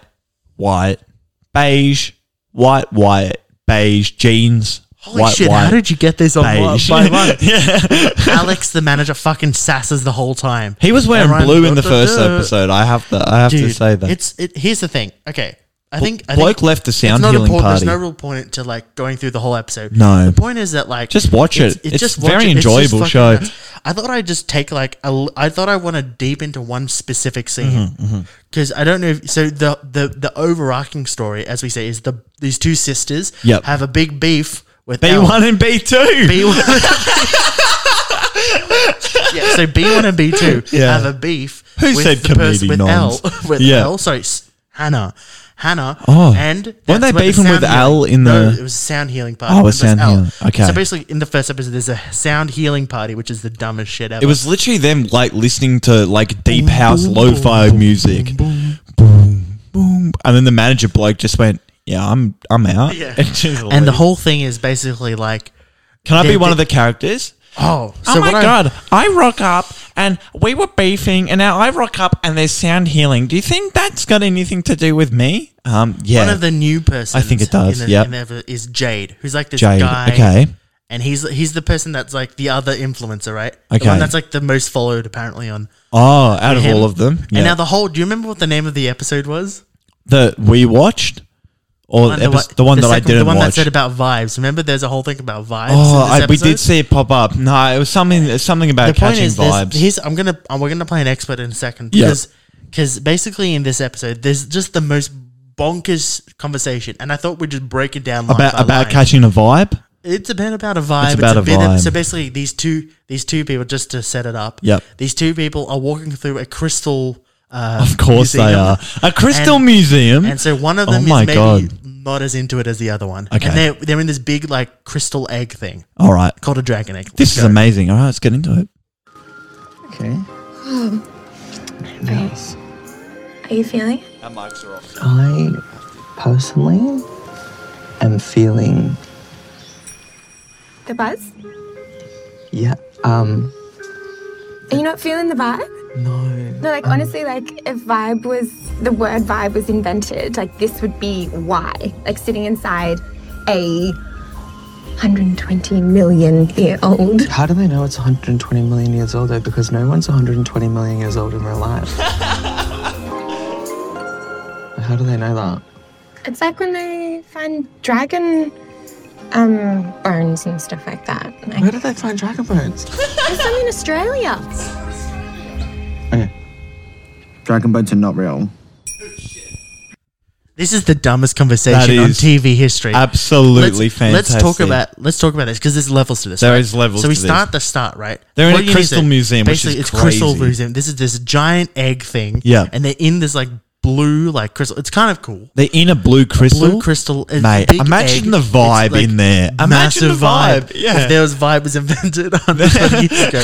[SPEAKER 1] white, beige, white, white, beige jeans.
[SPEAKER 2] Holy
[SPEAKER 1] white,
[SPEAKER 2] shit!
[SPEAKER 1] white,
[SPEAKER 2] How did you get this on one
[SPEAKER 1] beige.
[SPEAKER 2] by one?
[SPEAKER 1] yeah.
[SPEAKER 2] Alex, the manager, fucking sasses the whole time.
[SPEAKER 1] He was wearing
[SPEAKER 2] Everyone-
[SPEAKER 1] blue in the first
[SPEAKER 2] Duh, duh, duh.
[SPEAKER 1] episode. I have to. I have to
[SPEAKER 2] Dude,
[SPEAKER 1] say that.
[SPEAKER 2] It's it, here's the thing. Okay, I think I
[SPEAKER 1] Bloke
[SPEAKER 2] think
[SPEAKER 1] left the
[SPEAKER 2] it's
[SPEAKER 1] sound
[SPEAKER 2] not
[SPEAKER 1] healing
[SPEAKER 2] important.
[SPEAKER 1] party.
[SPEAKER 2] There's no real point to like going through the whole episode.
[SPEAKER 1] No.
[SPEAKER 2] the point is that like
[SPEAKER 1] Just watch it. It's
[SPEAKER 2] watch
[SPEAKER 1] very
[SPEAKER 2] It's just
[SPEAKER 1] enjoyable
[SPEAKER 2] fucking
[SPEAKER 1] show.
[SPEAKER 2] nuts. I thought I'd just take like a l- I thought I want to deep into one specific scene
[SPEAKER 1] Mm-hmm,
[SPEAKER 2] because I don't know. If, so the the the overarching story, as we say, is the these two sisters
[SPEAKER 1] Yep.
[SPEAKER 2] have a big beef with
[SPEAKER 1] B
[SPEAKER 2] Elm.
[SPEAKER 1] one and B two.
[SPEAKER 2] B one. yeah, so B one and B two
[SPEAKER 1] Yeah.
[SPEAKER 2] have a beef.
[SPEAKER 1] Who said
[SPEAKER 2] person- with L?
[SPEAKER 1] comedians?
[SPEAKER 2] With
[SPEAKER 1] Yeah.
[SPEAKER 2] L, sorry, s- Hannah. Hannah.
[SPEAKER 1] Oh.
[SPEAKER 2] and
[SPEAKER 1] Weren't
[SPEAKER 2] that's
[SPEAKER 1] they
[SPEAKER 2] where the
[SPEAKER 1] beefing with
[SPEAKER 2] sound
[SPEAKER 1] Al in
[SPEAKER 2] No,
[SPEAKER 1] the-
[SPEAKER 2] it was a sound healing party.
[SPEAKER 1] Oh, it
[SPEAKER 2] It
[SPEAKER 1] was sound
[SPEAKER 2] Al.
[SPEAKER 1] healing. Okay.
[SPEAKER 2] So basically, in the first episode, there's a sound healing party, which is the dumbest shit ever.
[SPEAKER 1] It was literally them like listening to like deep house lo-fi music, boom, boom, boom, and then the manager bloke just went, "Yeah, I'm, I'm out."
[SPEAKER 2] Yeah.
[SPEAKER 1] And just
[SPEAKER 2] and the
[SPEAKER 1] left.
[SPEAKER 2] whole thing is basically like,
[SPEAKER 1] can I be
[SPEAKER 2] they-
[SPEAKER 1] one
[SPEAKER 2] they-
[SPEAKER 1] of the characters?
[SPEAKER 2] oh, so
[SPEAKER 1] oh my
[SPEAKER 2] what I-
[SPEAKER 1] god! I rock up and we were beefing, and now I rock up and there's sound healing. Do you think that's got anything to do with me? Um, yeah,
[SPEAKER 2] one of the new person
[SPEAKER 1] I think it does,
[SPEAKER 2] In the,
[SPEAKER 1] yep.
[SPEAKER 2] in the- is Jade, who's like this
[SPEAKER 1] Jade.
[SPEAKER 2] guy.
[SPEAKER 1] Okay,
[SPEAKER 2] and he's he's the person that's like the other influencer, right? the
[SPEAKER 1] Okay.
[SPEAKER 2] one that's like the most followed apparently on
[SPEAKER 1] oh, out of
[SPEAKER 2] him.
[SPEAKER 1] all of them, yeah.
[SPEAKER 2] And now the whole. Do you remember what the name of the episode was?
[SPEAKER 1] that we watched, or the,
[SPEAKER 2] One-
[SPEAKER 1] epi-
[SPEAKER 2] one-
[SPEAKER 1] the one that
[SPEAKER 2] second-
[SPEAKER 1] I didn't
[SPEAKER 2] The one
[SPEAKER 1] watch.
[SPEAKER 2] that said about vibes. Remember, there's a whole thing about vibes.
[SPEAKER 1] Oh,
[SPEAKER 2] in this
[SPEAKER 1] I, we did
[SPEAKER 2] episode?
[SPEAKER 1] see it pop up. No, it was something something about
[SPEAKER 2] The point
[SPEAKER 1] catching
[SPEAKER 2] is, there's-
[SPEAKER 1] vibes.
[SPEAKER 2] here's I'm gonna uh, we're gonna play an expert in a second
[SPEAKER 1] Yeah.
[SPEAKER 2] because because basically in this episode there's just the most bonkers conversation, and I thought we'd just break it down line
[SPEAKER 1] about
[SPEAKER 2] by
[SPEAKER 1] about
[SPEAKER 2] line.
[SPEAKER 1] catching a vibe.
[SPEAKER 2] It's a bit about a vibe. It's,
[SPEAKER 1] about
[SPEAKER 2] a,
[SPEAKER 1] a
[SPEAKER 2] bit
[SPEAKER 1] vibe.
[SPEAKER 2] so basically, these two these two people just to set it up.
[SPEAKER 1] Yep.
[SPEAKER 2] These two people are walking through a crystal. Uh,
[SPEAKER 1] Of course they
[SPEAKER 2] museum.
[SPEAKER 1] are. A crystal
[SPEAKER 2] And-
[SPEAKER 1] museum.
[SPEAKER 2] And so one of
[SPEAKER 1] Oh
[SPEAKER 2] them
[SPEAKER 1] my
[SPEAKER 2] is maybe
[SPEAKER 1] God.
[SPEAKER 2] not as into it as the other one.
[SPEAKER 1] Okay.
[SPEAKER 2] And they're they're in this big like crystal egg thing
[SPEAKER 1] All right.
[SPEAKER 2] called a dragon egg.
[SPEAKER 1] This is amazing.
[SPEAKER 2] amazing.
[SPEAKER 1] All right, let's get into it.
[SPEAKER 4] Okay.
[SPEAKER 5] Nice.
[SPEAKER 4] Um, How you feeling?
[SPEAKER 1] Our mics are off.
[SPEAKER 4] I personally am feeling,
[SPEAKER 5] The buzz?
[SPEAKER 4] yeah, um,
[SPEAKER 5] Are you not feeling the vibe?
[SPEAKER 4] no.
[SPEAKER 5] No, like honestly, like if vibe was the word vibe was invented, like this would be why. Like sitting inside a 120 million year old.
[SPEAKER 4] How do they know it's 120 million years old though? Because no one's 120 million years old in real life. How do they know that?
[SPEAKER 5] It's like when they find dragon um bones and stuff like that. Like
[SPEAKER 4] Where did they find dragon bones?
[SPEAKER 5] there's some in Australia.
[SPEAKER 4] Okay. Dragon bones are not real.
[SPEAKER 2] This is the dumbest conversation on
[SPEAKER 1] is
[SPEAKER 2] TV history.
[SPEAKER 1] Absolutely fantastic.
[SPEAKER 2] Let's talk about let's talk about this because there's levels to this.
[SPEAKER 1] There
[SPEAKER 2] right?
[SPEAKER 1] is levels
[SPEAKER 2] So we
[SPEAKER 1] to this.
[SPEAKER 2] start the start right.
[SPEAKER 1] They're in
[SPEAKER 2] What
[SPEAKER 1] a
[SPEAKER 2] you need
[SPEAKER 1] crystal
[SPEAKER 2] to-
[SPEAKER 1] museum, which
[SPEAKER 2] Basically,
[SPEAKER 1] is
[SPEAKER 2] it's crystal
[SPEAKER 1] crazy.
[SPEAKER 2] museum. This is this giant egg thing.
[SPEAKER 1] Yeah.
[SPEAKER 2] and they're in this like blue like crystal. It's kind of cool.
[SPEAKER 1] the inner blue crystal.
[SPEAKER 2] Blue crystal, it's a
[SPEAKER 1] Mate,
[SPEAKER 2] big
[SPEAKER 1] imagine
[SPEAKER 2] egg.
[SPEAKER 1] the
[SPEAKER 2] It's,
[SPEAKER 1] vibe in there. Imagine
[SPEAKER 2] massive
[SPEAKER 1] the vibe. Yeah.
[SPEAKER 2] If there was vibe was invented 120 years ago.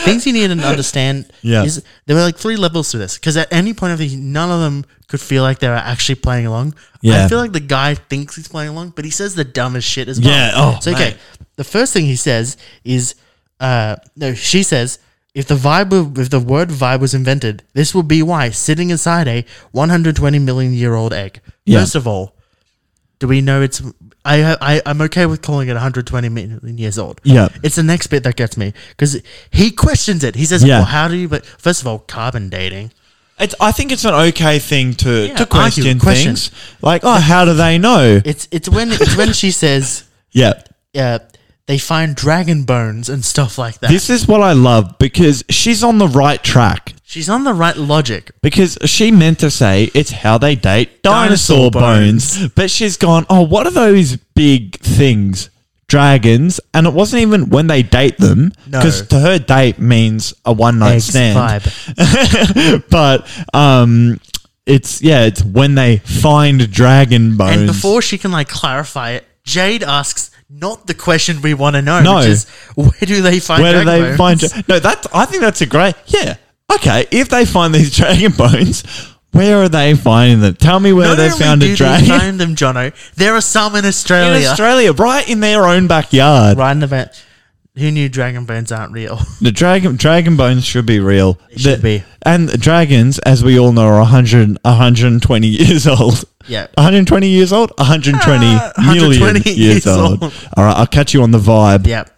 [SPEAKER 2] Things you need to understand
[SPEAKER 1] Yeah.
[SPEAKER 2] is there were like three levels to this because at any point of the none of them could feel like they were actually playing along.
[SPEAKER 1] Yeah.
[SPEAKER 2] I feel like the guy thinks he's playing along, but he says the dumbest shit as well.
[SPEAKER 1] Yeah, oh,
[SPEAKER 2] so okay.
[SPEAKER 1] mate.
[SPEAKER 2] The first thing he says is, uh, no, she says, if the vibe, of, if the word vibe was invented, this would be why sitting inside a 120 million year old egg.
[SPEAKER 1] Yeah.
[SPEAKER 2] First of all, do we know it's? I, I I'm okay with calling it 120 million years old.
[SPEAKER 1] Yeah.
[SPEAKER 2] it's the next bit that gets me because he questions it. He says,
[SPEAKER 1] Yeah.
[SPEAKER 2] "Well, how do you?" But first of all, carbon dating.
[SPEAKER 1] It's, I think it's an okay thing to,
[SPEAKER 2] Yeah,
[SPEAKER 1] to
[SPEAKER 2] argue,
[SPEAKER 1] question,
[SPEAKER 2] question.
[SPEAKER 1] things. Like, oh, how do they know?
[SPEAKER 2] It's it's when it's when she says,
[SPEAKER 1] Yeah.
[SPEAKER 2] "Yeah, they find dragon bones and stuff like that."
[SPEAKER 1] This is what I love because she's on the right track.
[SPEAKER 2] She's on the right logic.
[SPEAKER 1] Because she meant to say it's how they date dinosaur,
[SPEAKER 2] Dinosaur
[SPEAKER 1] bones.
[SPEAKER 2] bones.
[SPEAKER 1] But she's gone, oh, what are those big things? Dragons. And it wasn't even when they date them.
[SPEAKER 2] No.
[SPEAKER 1] Because to her, date means a one night
[SPEAKER 2] Eggs
[SPEAKER 1] stand.
[SPEAKER 2] vibe.
[SPEAKER 1] but um, it's, yeah, it's when they find dragon bones.
[SPEAKER 2] And before she can like clarify it, Jade asks not the question we want to know,
[SPEAKER 1] No.
[SPEAKER 2] which is where do they find
[SPEAKER 1] where do
[SPEAKER 2] dragon
[SPEAKER 1] they
[SPEAKER 2] bones?
[SPEAKER 1] find dra- no that's i think that's a great yeah okay if they find these dragon bones where are they finding them tell me where
[SPEAKER 2] Not
[SPEAKER 1] they
[SPEAKER 2] only
[SPEAKER 1] found
[SPEAKER 2] do
[SPEAKER 1] a
[SPEAKER 2] they
[SPEAKER 1] dragon
[SPEAKER 2] find them, Jono. There are some in
[SPEAKER 1] in
[SPEAKER 2] Australia.
[SPEAKER 1] australia right in their own backyard
[SPEAKER 2] Right in the van. Who knew dragon bones aren't real?
[SPEAKER 1] the dragon dragon bones should be real they
[SPEAKER 2] should be.
[SPEAKER 1] and dragons as we all know are 100 120 years old
[SPEAKER 2] Yeah.
[SPEAKER 1] 120 years old 120
[SPEAKER 2] Ah,
[SPEAKER 1] million
[SPEAKER 2] 120
[SPEAKER 1] years
[SPEAKER 2] years
[SPEAKER 1] old.
[SPEAKER 2] old.
[SPEAKER 1] all right i'll catch you on the vibe
[SPEAKER 2] yep.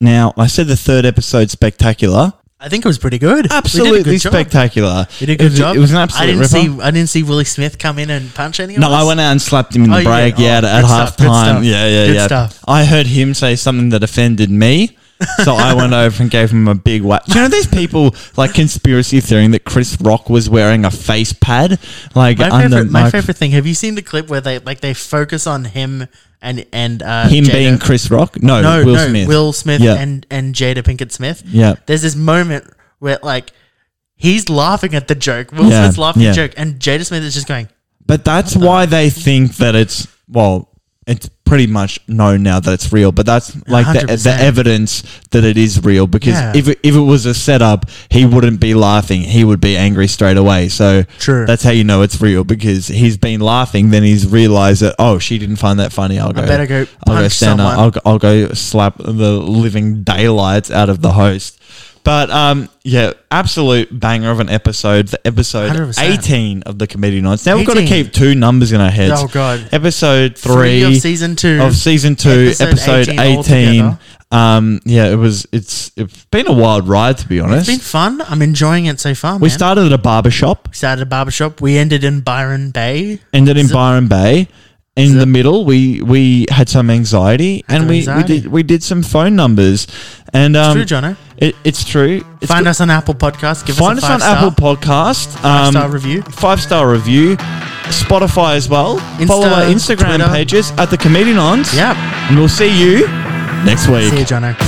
[SPEAKER 1] now i said the third episode spectacular
[SPEAKER 2] I think it was pretty good.
[SPEAKER 1] absolutely
[SPEAKER 2] we did a good job.
[SPEAKER 1] spectacular.
[SPEAKER 2] We did a
[SPEAKER 1] it,
[SPEAKER 2] good
[SPEAKER 1] was,
[SPEAKER 2] job.
[SPEAKER 1] it was an absolute
[SPEAKER 2] I didn't
[SPEAKER 1] ripper.
[SPEAKER 2] see. I didn't see Willie Smith come in and punch anyone.
[SPEAKER 1] no, I went out and slapped him in the
[SPEAKER 2] Oh, you
[SPEAKER 1] break.
[SPEAKER 2] did?
[SPEAKER 1] Yeah, at,
[SPEAKER 2] Oh,
[SPEAKER 1] at
[SPEAKER 2] good
[SPEAKER 1] half
[SPEAKER 2] stuff, good
[SPEAKER 1] time.
[SPEAKER 2] stuff.
[SPEAKER 1] Yeah, yeah,
[SPEAKER 2] Good
[SPEAKER 1] yeah.
[SPEAKER 2] stuff.
[SPEAKER 1] I heard him say something that offended me, so I went over and gave him a big whack. You know, there's people like conspiracy theorying that Chris Rock was wearing a face pad, like
[SPEAKER 2] My
[SPEAKER 1] under
[SPEAKER 2] favorite, my
[SPEAKER 1] mic-
[SPEAKER 2] favorite thing. Have you seen the clip where they like they focus on him and and uh,
[SPEAKER 1] him
[SPEAKER 2] Jada-
[SPEAKER 1] being Chris Rock. No,
[SPEAKER 2] no,
[SPEAKER 1] Will
[SPEAKER 2] no,
[SPEAKER 1] Smith.
[SPEAKER 2] Will Smith
[SPEAKER 1] Yeah.
[SPEAKER 2] and and Jada Pinkett Smith.
[SPEAKER 1] Yeah.
[SPEAKER 2] there's this moment where like he's laughing at the joke. Will
[SPEAKER 1] Yeah,
[SPEAKER 2] Smith's laughing at the
[SPEAKER 1] yeah.
[SPEAKER 2] joke, and Jada Smith is just going.
[SPEAKER 1] But that's
[SPEAKER 2] Uh,
[SPEAKER 1] why they think that it's well, it's pretty much known now that it's real. But that's like the, the
[SPEAKER 2] 100%.
[SPEAKER 1] evidence that it is real because
[SPEAKER 2] Yeah.
[SPEAKER 1] if it, if it was a setup, he wouldn't be laughing. He would be angry straight away. So
[SPEAKER 2] True.
[SPEAKER 1] that's how you know it's real because he's been laughing. Then he's realized that oh, she didn't find that funny. I'll go.
[SPEAKER 2] better go
[SPEAKER 1] I'll go
[SPEAKER 2] punch
[SPEAKER 1] stand up.
[SPEAKER 2] someone."
[SPEAKER 1] I'll go, I'll go slap the living daylights out of the host. But um, yeah, absolute banger of an episode. The episode
[SPEAKER 2] 100%.
[SPEAKER 1] eighteen of the comedian nights. Now we've got to
[SPEAKER 2] 18.
[SPEAKER 1] keep two numbers in our heads.
[SPEAKER 2] Oh, God.
[SPEAKER 1] Episode three,
[SPEAKER 2] Three of season two.
[SPEAKER 1] of season two, episode,
[SPEAKER 2] Episode 18
[SPEAKER 1] eighteen.
[SPEAKER 2] altogether.
[SPEAKER 1] um, yeah, it was. It's it's been a wild ride to be honest.
[SPEAKER 2] It's been fun. I'm enjoying it so far.
[SPEAKER 1] we
[SPEAKER 2] man.
[SPEAKER 1] started at a barber shop,
[SPEAKER 2] started a barbershop. We ended in Byron Bay.
[SPEAKER 1] ended in
[SPEAKER 2] Zip.
[SPEAKER 1] Byron Bay. In the middle, we we had some anxiety, and
[SPEAKER 2] some
[SPEAKER 1] we,
[SPEAKER 2] anxiety.
[SPEAKER 1] we did we did some phone numbers, and um,
[SPEAKER 2] True, Jono.
[SPEAKER 1] It, it's true. It's
[SPEAKER 2] Find
[SPEAKER 1] good-
[SPEAKER 2] us on Apple Podcasts. Give
[SPEAKER 1] Find
[SPEAKER 2] us
[SPEAKER 1] us
[SPEAKER 2] a five
[SPEAKER 1] on
[SPEAKER 2] star.
[SPEAKER 1] Apple Podcast. Um,
[SPEAKER 2] star review.
[SPEAKER 1] Five star review. Spotify as well. Follow our Instagram
[SPEAKER 2] Twitter.
[SPEAKER 1] pages at the Comedian Ons.
[SPEAKER 2] Yep.
[SPEAKER 1] And we'll see you next week.
[SPEAKER 2] See you, Jono.